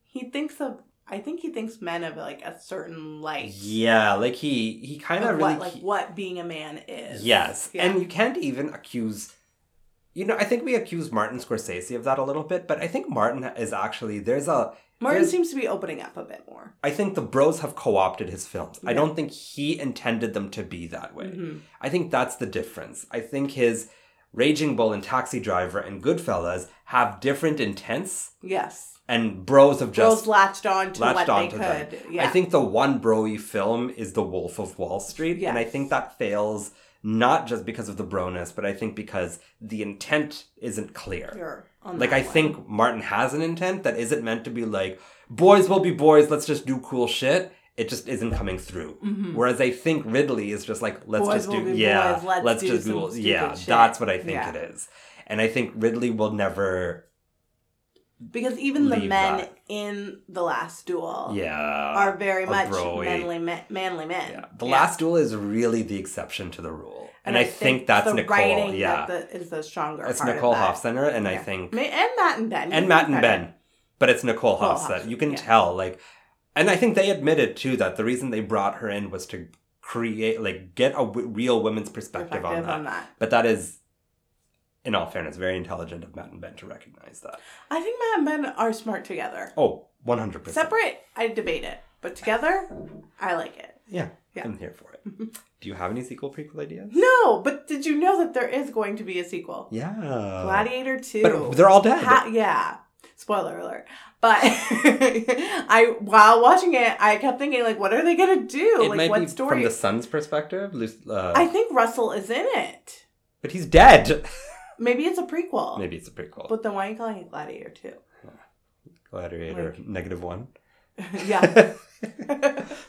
he thinks of. I think he thinks men of like a certain light. yeah, like he he kind Of of really, what, like what being a man is. yes, Yeah. and you can't even accuse. You know, I think we accuse Martin Scorsese of that a little bit, but I think Martin is actually there's a Martin there's- seems to be opening up a bit more. I think the bros have co-opted his films. I Yeah. don't think he intended them to be that way. Mhm. I think that's the difference. I think his Raging Bull and Taxi Driver and Goodfellas have different intents, Yes. and bros have Girls just latched on to latched what on they to could. them. Yeah. I think the one broy film is The Wolf of Wall Street, and I Yes. think that fails not just because of the broness, but I think because the intent isn't clear. You're on Like that I one. think Martin has an intent that isn't meant to be like boys will be boys. Let's just do cool shit. It just isn't coming through. Mhm. Whereas I think Ridley is just like let's Boys just will do be yeah, boys, let's do just some do stupid yeah. shit. That's what I think Yeah. it is, and I think Ridley will never because even the leave men that. in the last duel yeah. are very a much broy. manly men, manly men. yeah. The Yeah. Last Duel is really the exception to the rule, and, I, think, that's the Nicole. writing Yeah, that the, is the stronger. it's part of Nicole that. Hofstetter, and I Yeah. think Ma- and Matt and Ben and Matt and Credit. Ben, but it's Nicole Nicole Hofstad. Hofstad, You can yeah. tell, like, and I think they admitted too that the reason they brought her in was to create, like, get a w- real woman's perspective, on Perspective that. But that is, in all fairness, very intelligent of Matt and Ben to recognize that. I think Matt and Ben are smart together. Oh, 100 percent. Separate, I debate it, but together, I like it. Yeah, Yeah. I'm here for it. Do you have any sequel prequel ideas? No, but did you know that there is going to be a sequel? Yeah, Gladiator Two. Uh, But they're all dead. Ha- yeah. Spoiler alert. But I while watching it, I kept thinking like, what are they gonna do? it like, might what be story? from the son's perspective, Luc- uh, I think Russell is in it. but he's dead. Maybe it's a prequel. Maybe it's a prequel. But then why are you calling it Gladiator Two? Gladiator negative one. yeah,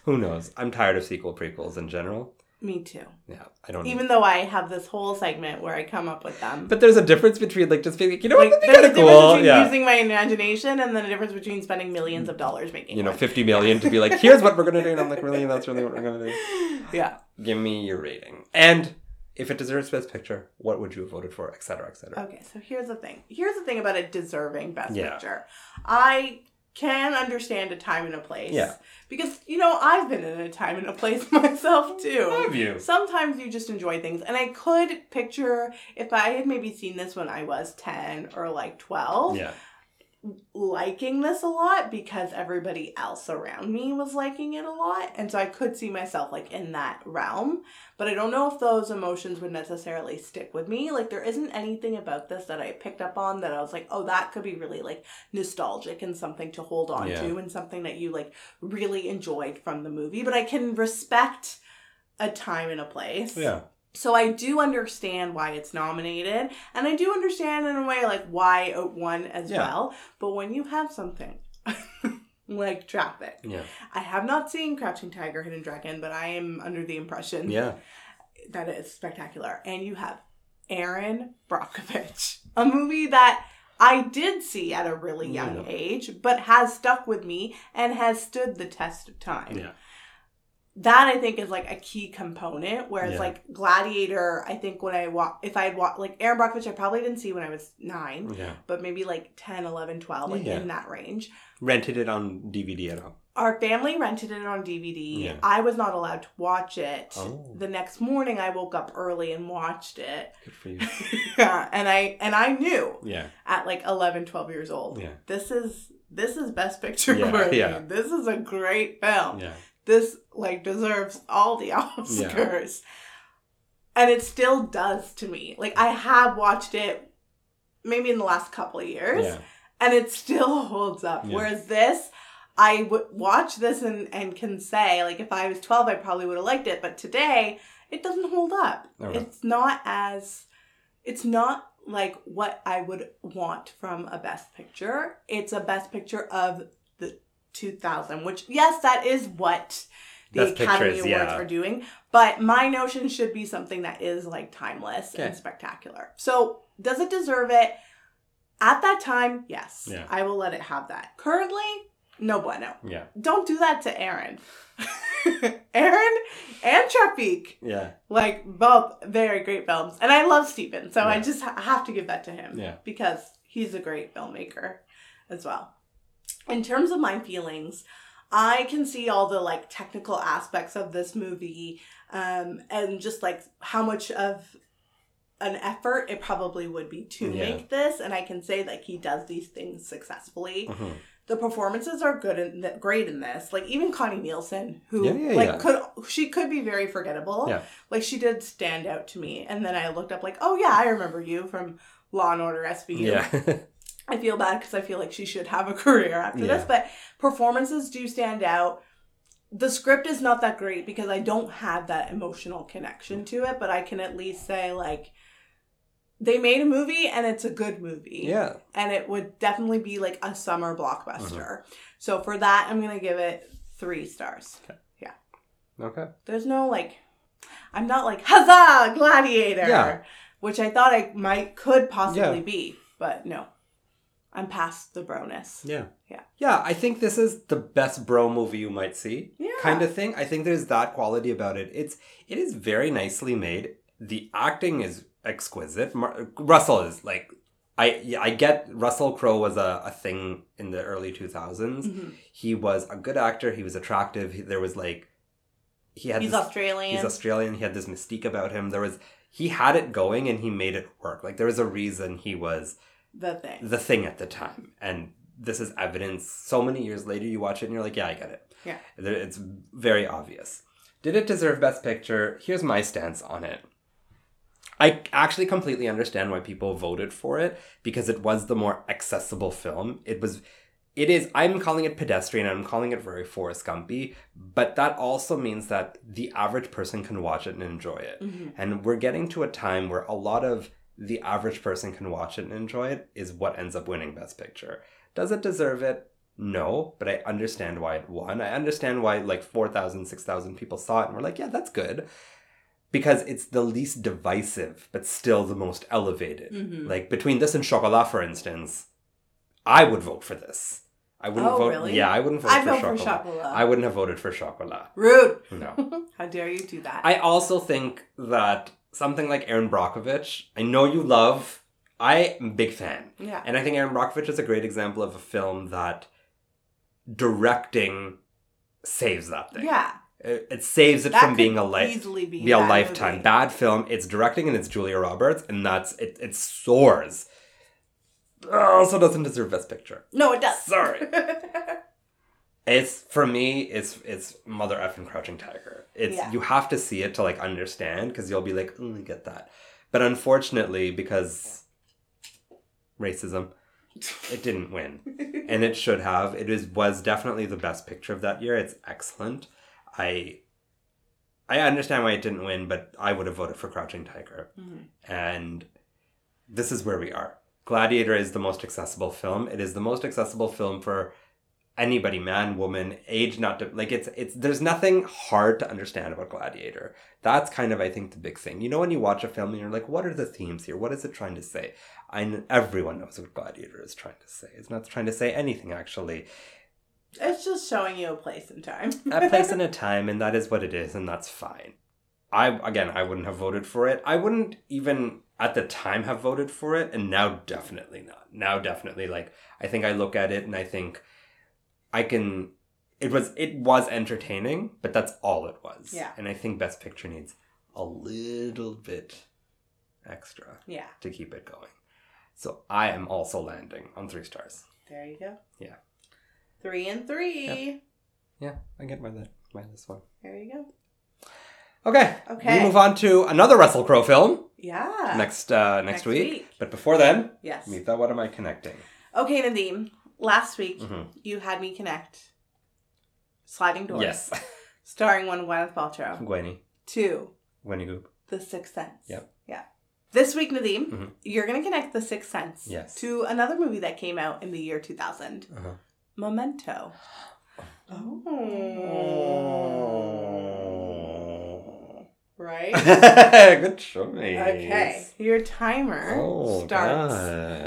Who knows? I'm tired of sequel prequels in general. me too. Yeah, I don't Even though I have this whole segment where I come up with them. But there's a difference between like just being like, you know like what, there's that'd a be kind of difference cool. between Yeah. Mm. using my imagination and then a difference between spending millions of dollars making you know, one. 50 million to be like, here's what we're going to do. And I'm like, really? That's really what we're going to do? yeah. Give me your rating. And if it deserves Best Picture, what would you have voted for, et cetera, et cetera. Okay, so here's the thing. Here's the thing about a deserving best Yeah. picture. I can understand a time and a place. Yeah. Because, you know, I've been in a time and a place myself too. Have you? Sometimes you just enjoy things. And I could picture if I had maybe seen this when I was 10 or like 12, Yeah. liking this a lot because everybody else around me was liking it a lot. And so I could see myself like in that realm. But I don't know if those emotions would necessarily stick with me. Like there isn't anything about this that I picked up on that I was like, oh, that could be really like nostalgic and something to hold on Yeah. to and something that you like really enjoyed from the movie. But I can respect a time and a place. Yeah. So I do understand why it's nominated, and I do understand in a way like why it won as Yeah. well. But when you have something like traffic, Yeah. I have not seen Crouching Tiger, Hidden Dragon, but I am under the impression Yeah. that it is spectacular. And you have Aaron Brockovich, a movie that I did see at a really young Yeah. age, but has stuck with me and has stood the test of time Yeah. that I think is like a key component. Whereas Yeah. like Gladiator, I think when I wa if I had wa- like Aaron Brockovich, I probably didn't see when I was nine, Yeah. but maybe like 10, 11, 12, like Yeah. in that range. Rented it on DVD at home. Our family rented it on DVD. Yeah. I was not allowed to watch it. Oh. The next morning, I woke up early and watched it. Uh, Good for you. and I and I knew Yeah. at like 11, 12 years old. Yeah. This is this is best picture Yeah, worthy. yeah. This is a great film Yeah. this like deserves all the Oscars. And it still does to me. Like I have watched it maybe in the last couple of years Yeah. and it still holds up. Yeah. Whereas this I would watch this and, and can say like if I was 12 I probably would have liked it, but today it doesn't hold up. Okay. It's not as it's not like what I would want from a best picture. It's a best picture of the 2000, which yes, that is what the Best Academy Pictures, Awards yeah. are doing, but my notion should be something that is like timeless Okay. and spectacular. So, does it deserve it? At that time, yes. Yeah. I will let it have that. Currently, no bueno. Yeah. Don't do that to Aaron. Aaron and Trafik Yeah. like both very great films and i love steven so i Yeah. just ha- have to give that to him Yeah. because he's a great filmmaker as well in terms of my feelings i can see all the like technical aspects of this movie um, and just like how much of an effort it probably would be to Yeah. make this and i can say like he does these things successfully Mhm. the performances are good and th- great in this. Like even Connie Nielsen, who Yeah, yeah, like yeah. could she could be very forgettable. Yeah. Like she did stand out to me, and then I looked up like, oh yeah, I remember you from Law and Order SVU. Yeah. I feel bad because I feel like she should have a career after Yeah. this, but performances do stand out. The script is not that great because I don't have that emotional connection to it, but I can at least say like they made a movie and it's a good movie yeah. and it would definitely be like a summer blockbuster. So for that, I'm gonna give it three stars. Okay. There's no like, I'm not like huzzah gladiator, Yeah. which I thought I might could possibly Yeah. be, but no, I'm past the broness. Yeah. Yeah. Yeah, I think this is the best bro movie you might see. Yeah. Kind of thing. I think there's that quality about it. It's it is very nicely made. The acting is exquisite. Mar- Russell is like I yeah, I get Russell Crowe was a, a thing in the early 2000s. Mhm. He was a good actor, he was attractive. He, there was like he had He's this, Australian. He's Australian. He had this mystique about him. There was he had it going and he made it work. Like there was a reason he was the thing. the thing at the time. And this is evidence. So many years later, you watch it and you're like, yeah, I get it. Yeah. There- It's very obvious. Did it deserve Best Picture? Here's my stance on it. I actually completely understand why people voted for it because it was the more accessible film. It was, it is, I'm calling it pedestrian, I'm calling it very Forrest Gumpy, but that also means that the average person can watch it and enjoy it. Mhm. And we're getting to a time where a lot of the average person can watch it and enjoy it is what ends up winning Best Picture. Does it deserve it? No, but I understand why it won. I understand why like 4,000, 6,000 people saw it and were like, yeah, that's good. Because it's the least divisive, but still the most elevated. Mhm. Like between this and Chocolat, for instance, I would vote for this. I wouldn't Oh, vote. really? Yeah, I wouldn't vote I for vote for Chocolat. Chocolat. I wouldn't have voted for Chocolat. Rude. No. How dare you do that? I also think that something like Aaron Brockovich, I know you love, I am a big fan. yeah. And I think Aaron Brockovich is a great example of a film that directing saves that thing. Yeah. It, it saves it That from could being a life easily be, be a that lifetime movie. bad film. It's directing and it's Julia Roberts, and that's it it soars. Also doesn't deserve Best Picture. No, it does. Sorry. It's for me. It's it's mother effing crouching tiger. It's Yeah. you have to see it to like understand because you'll be like, mm, I get that. But unfortunately, because racism, it didn't win, and it should have. It is was definitely the best picture of that year. It's excellent. I I understand why it didn't win, but I would have voted for Crouching Tiger, Mhm. and this is where we are. Gladiator is the most accessible film. It is the most accessible film for anybody, man, woman, age not to like it's it's there's nothing hard to understand about Gladiator. That's kind of I think the big thing. You know when you watch a film and you're like, what are the themes here? What is it trying to say? I kn- everyone knows what Gladiator is trying to say. It's not trying to say anything actually. It's just showing you a place and time. A place and a time, and that is what it is, and that's fine. I again I wouldn't have voted for it. I wouldn't even at the time have voted for it, and now definitely not. Now definitely like I think I look at it and I think I can it was it was entertaining, but that's all it was. Yeah. And I think Best Picture needs a little bit extra yeah. to keep it going. So I am also landing on three stars. There you go. Yeah. Three and three. Yeah, I get by that by this one. There you go. Okay. Okay. We move on to another Russell Crowe film. Yeah. next uh, next next, week. week. But before then, Yes. Mitha, what am I connecting? Okay, Nadim. Last week Mhm. you had me connect. Sliding Doors. Yes, Starring one Gwyneth Paltrow. Gwenny, Two. Gwenny Goop. The Sixth Sense. Yep. Yeah. This week, Nadim, Mhm. you're going to connect The Sixth Sense Yes. to another movie that came out in the year 2000, Uh-huh. Memento. Oh. Right? Good choice. okay. Your timer Oh, starts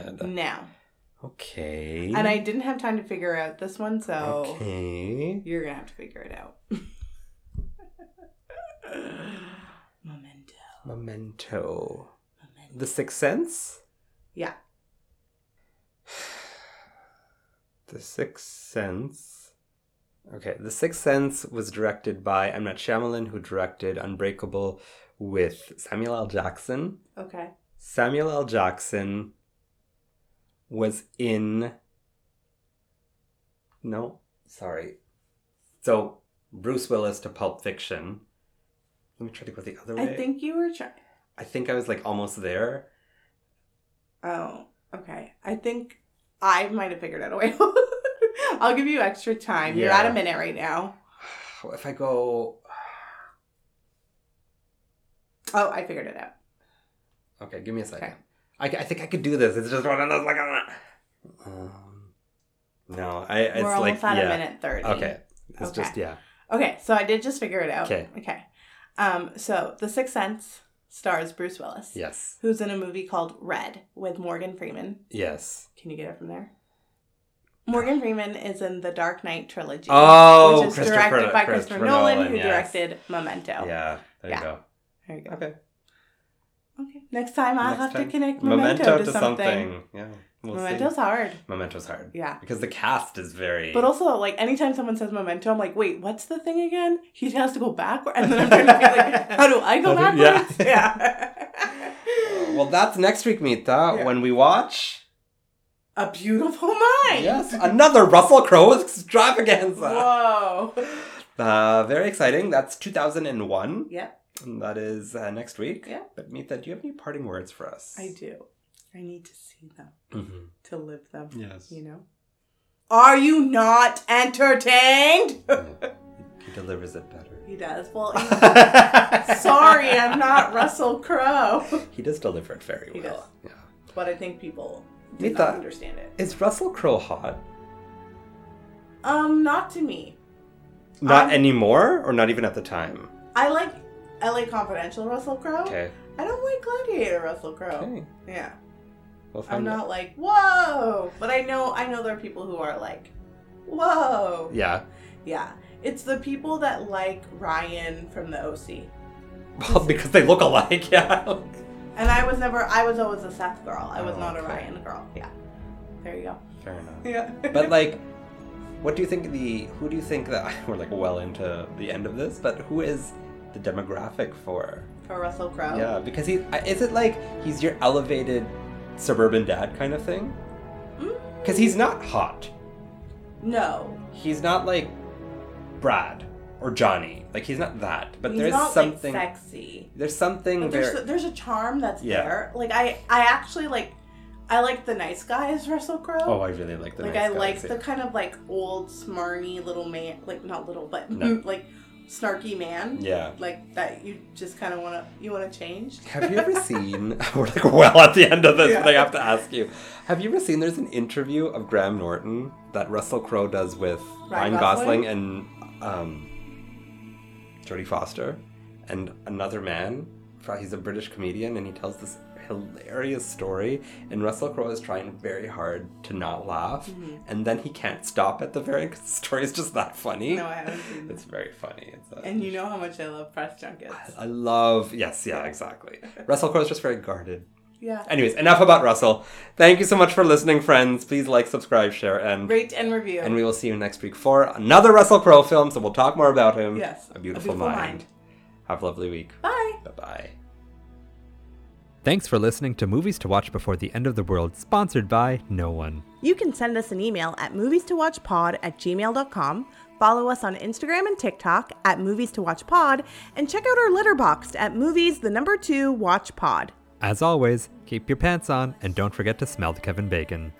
God. now. Okay. And I didn't have time to figure out this one, so Okay. you're going to have to figure it out. Memento. Memento. Memento. The Sixth Sense. Yeah. The Sixth Sense. Okay, The Sixth Sense was directed by M. Night Shyamalan, who directed Unbreakable with Samuel L. Jackson. Okay. Samuel L. Jackson was in. No, sorry. So Bruce Willis to Pulp Fiction. Let me try to go the other way. I think you were trying. I think I was like almost there. Oh, okay. I think I might have figured out a way. I'll give you extra time. You're at Yeah. a minute right now. If I go, Oh, I figured it out. okay, give me a second. Okay. I, I think I could do this. It's just one of those like. Um, no, I. It's We're like almost at yeah. a minute thirty. Okay, it's Okay. just yeah. Okay, so I did just figure it out. Okay. Okay. Um, so The Sixth Sense stars Bruce Willis. Yes. Who's in a movie called Red with Morgan Freeman. Yes. Can you get it from there? Morgan Freeman is in the Dark Knight trilogy. Oh, which is Christopher- directed by Christopher, Christopher Nolan, Nolan, who yes. directed Memento. Yeah. There Yeah. you go. There you go. Okay. Okay. Next time I'll Next have time. to connect Memento, to, something. Yeah. We'll Memento's see. hard. Memento's hard. Yeah. Because the cast is very. But also, like, anytime someone says memento, I'm like, wait, what's the thing again? He has to go backward. And then I'm trying to be like, how do I go How do- yeah. backwards? Yeah. well, that's next week, Mita, Yeah. when we watch. A beautiful mind. Yes, another Russell Crowe extravaganza. Whoa. Uh, very exciting. That's 2001. Yep, And that is uh, next week. Yeah. But Mita, do you have any parting words for us? I do. I need to see them, Mm-hmm. to live them, Yes. you know? Are you not entertained? He delivers it better. He does. Well, he- sorry, I'm not Russell Crowe. He does deliver it very He well. Yeah. But I think people did Meet not that. understand it. Is Russell Crowe hot? Um, not to me. Not Um, anymore, or not even at the time. I like LA Confidential Russell Crowe. Okay. I don't like Gladiator Russell Oh, Crowe. Okay. Yeah. We'll I'm find out. not like, whoa. But I know I know there are people who are like, whoa. Yeah. Yeah. It's the people that like Ryan from the OC. Well, because they look alike. Yeah. And I was never I was always a Seth girl. I was Oh, not a okay. Ryan girl. Yeah. There you go. Fair enough. Yeah. But like, what do you think the? Who do you think that we're like well into the end of this? But who is the demographic for? for Russell Crowe. Yeah, because he I- is it like he's your elevated suburban dad kind of thing? Mm, Because he's not hot. no. He's not like Brad or Johnny. Like he's not that. But he's there's not, like, something. sexy. there's something But there's, very. there's a charm that's Yeah. there. Like I, I actually like, I like the nice guy as Russell Crowe. oh, I really like the. like nice I guy, like see. the kind of like old smarmy little man, like not little but No. like snarky man. Yeah. Like that you just kind of want to you want to change. Have you ever seen? We're like well at the end of this, but I Yeah. have to ask you: Have you ever seen? There's an interview of Graham Norton that Russell Crowe does with Ryan, Ryan Gosling, Gosling? and um, Jodie Foster, and another man. He's a British comedian, and he tells this hilarious story. And Russell Crowe is trying very hard to not laugh, Mm-hmm. and then he can't stop at the very end 'cause the story is just that funny. No, I haven't seen that. It's very funny. It's a- And you know how much I love press junkets. I love. Yes, yeah, exactly. Russell Crowe's just very guarded. Yeah. Anyways, enough about Russell. Thank you so much for listening, friends. Please like, subscribe, share, and Rate and review. and we will see you next week for another Russell Crowe film. So we'll talk more about him. Yes, A Beautiful, mind. Have a lovely week. Bye. Bye bye. Thanks for listening to Movies to Watch Before the End of the World, sponsored by No One. You can send us an email at movies to watch pod at gmail.com, follow us on Instagram and TikTok at movies to watch pod, and check out our letterboxd at movies the number two watch pod. As always, keep your pants on and don't forget to smell the Kevin Bacon.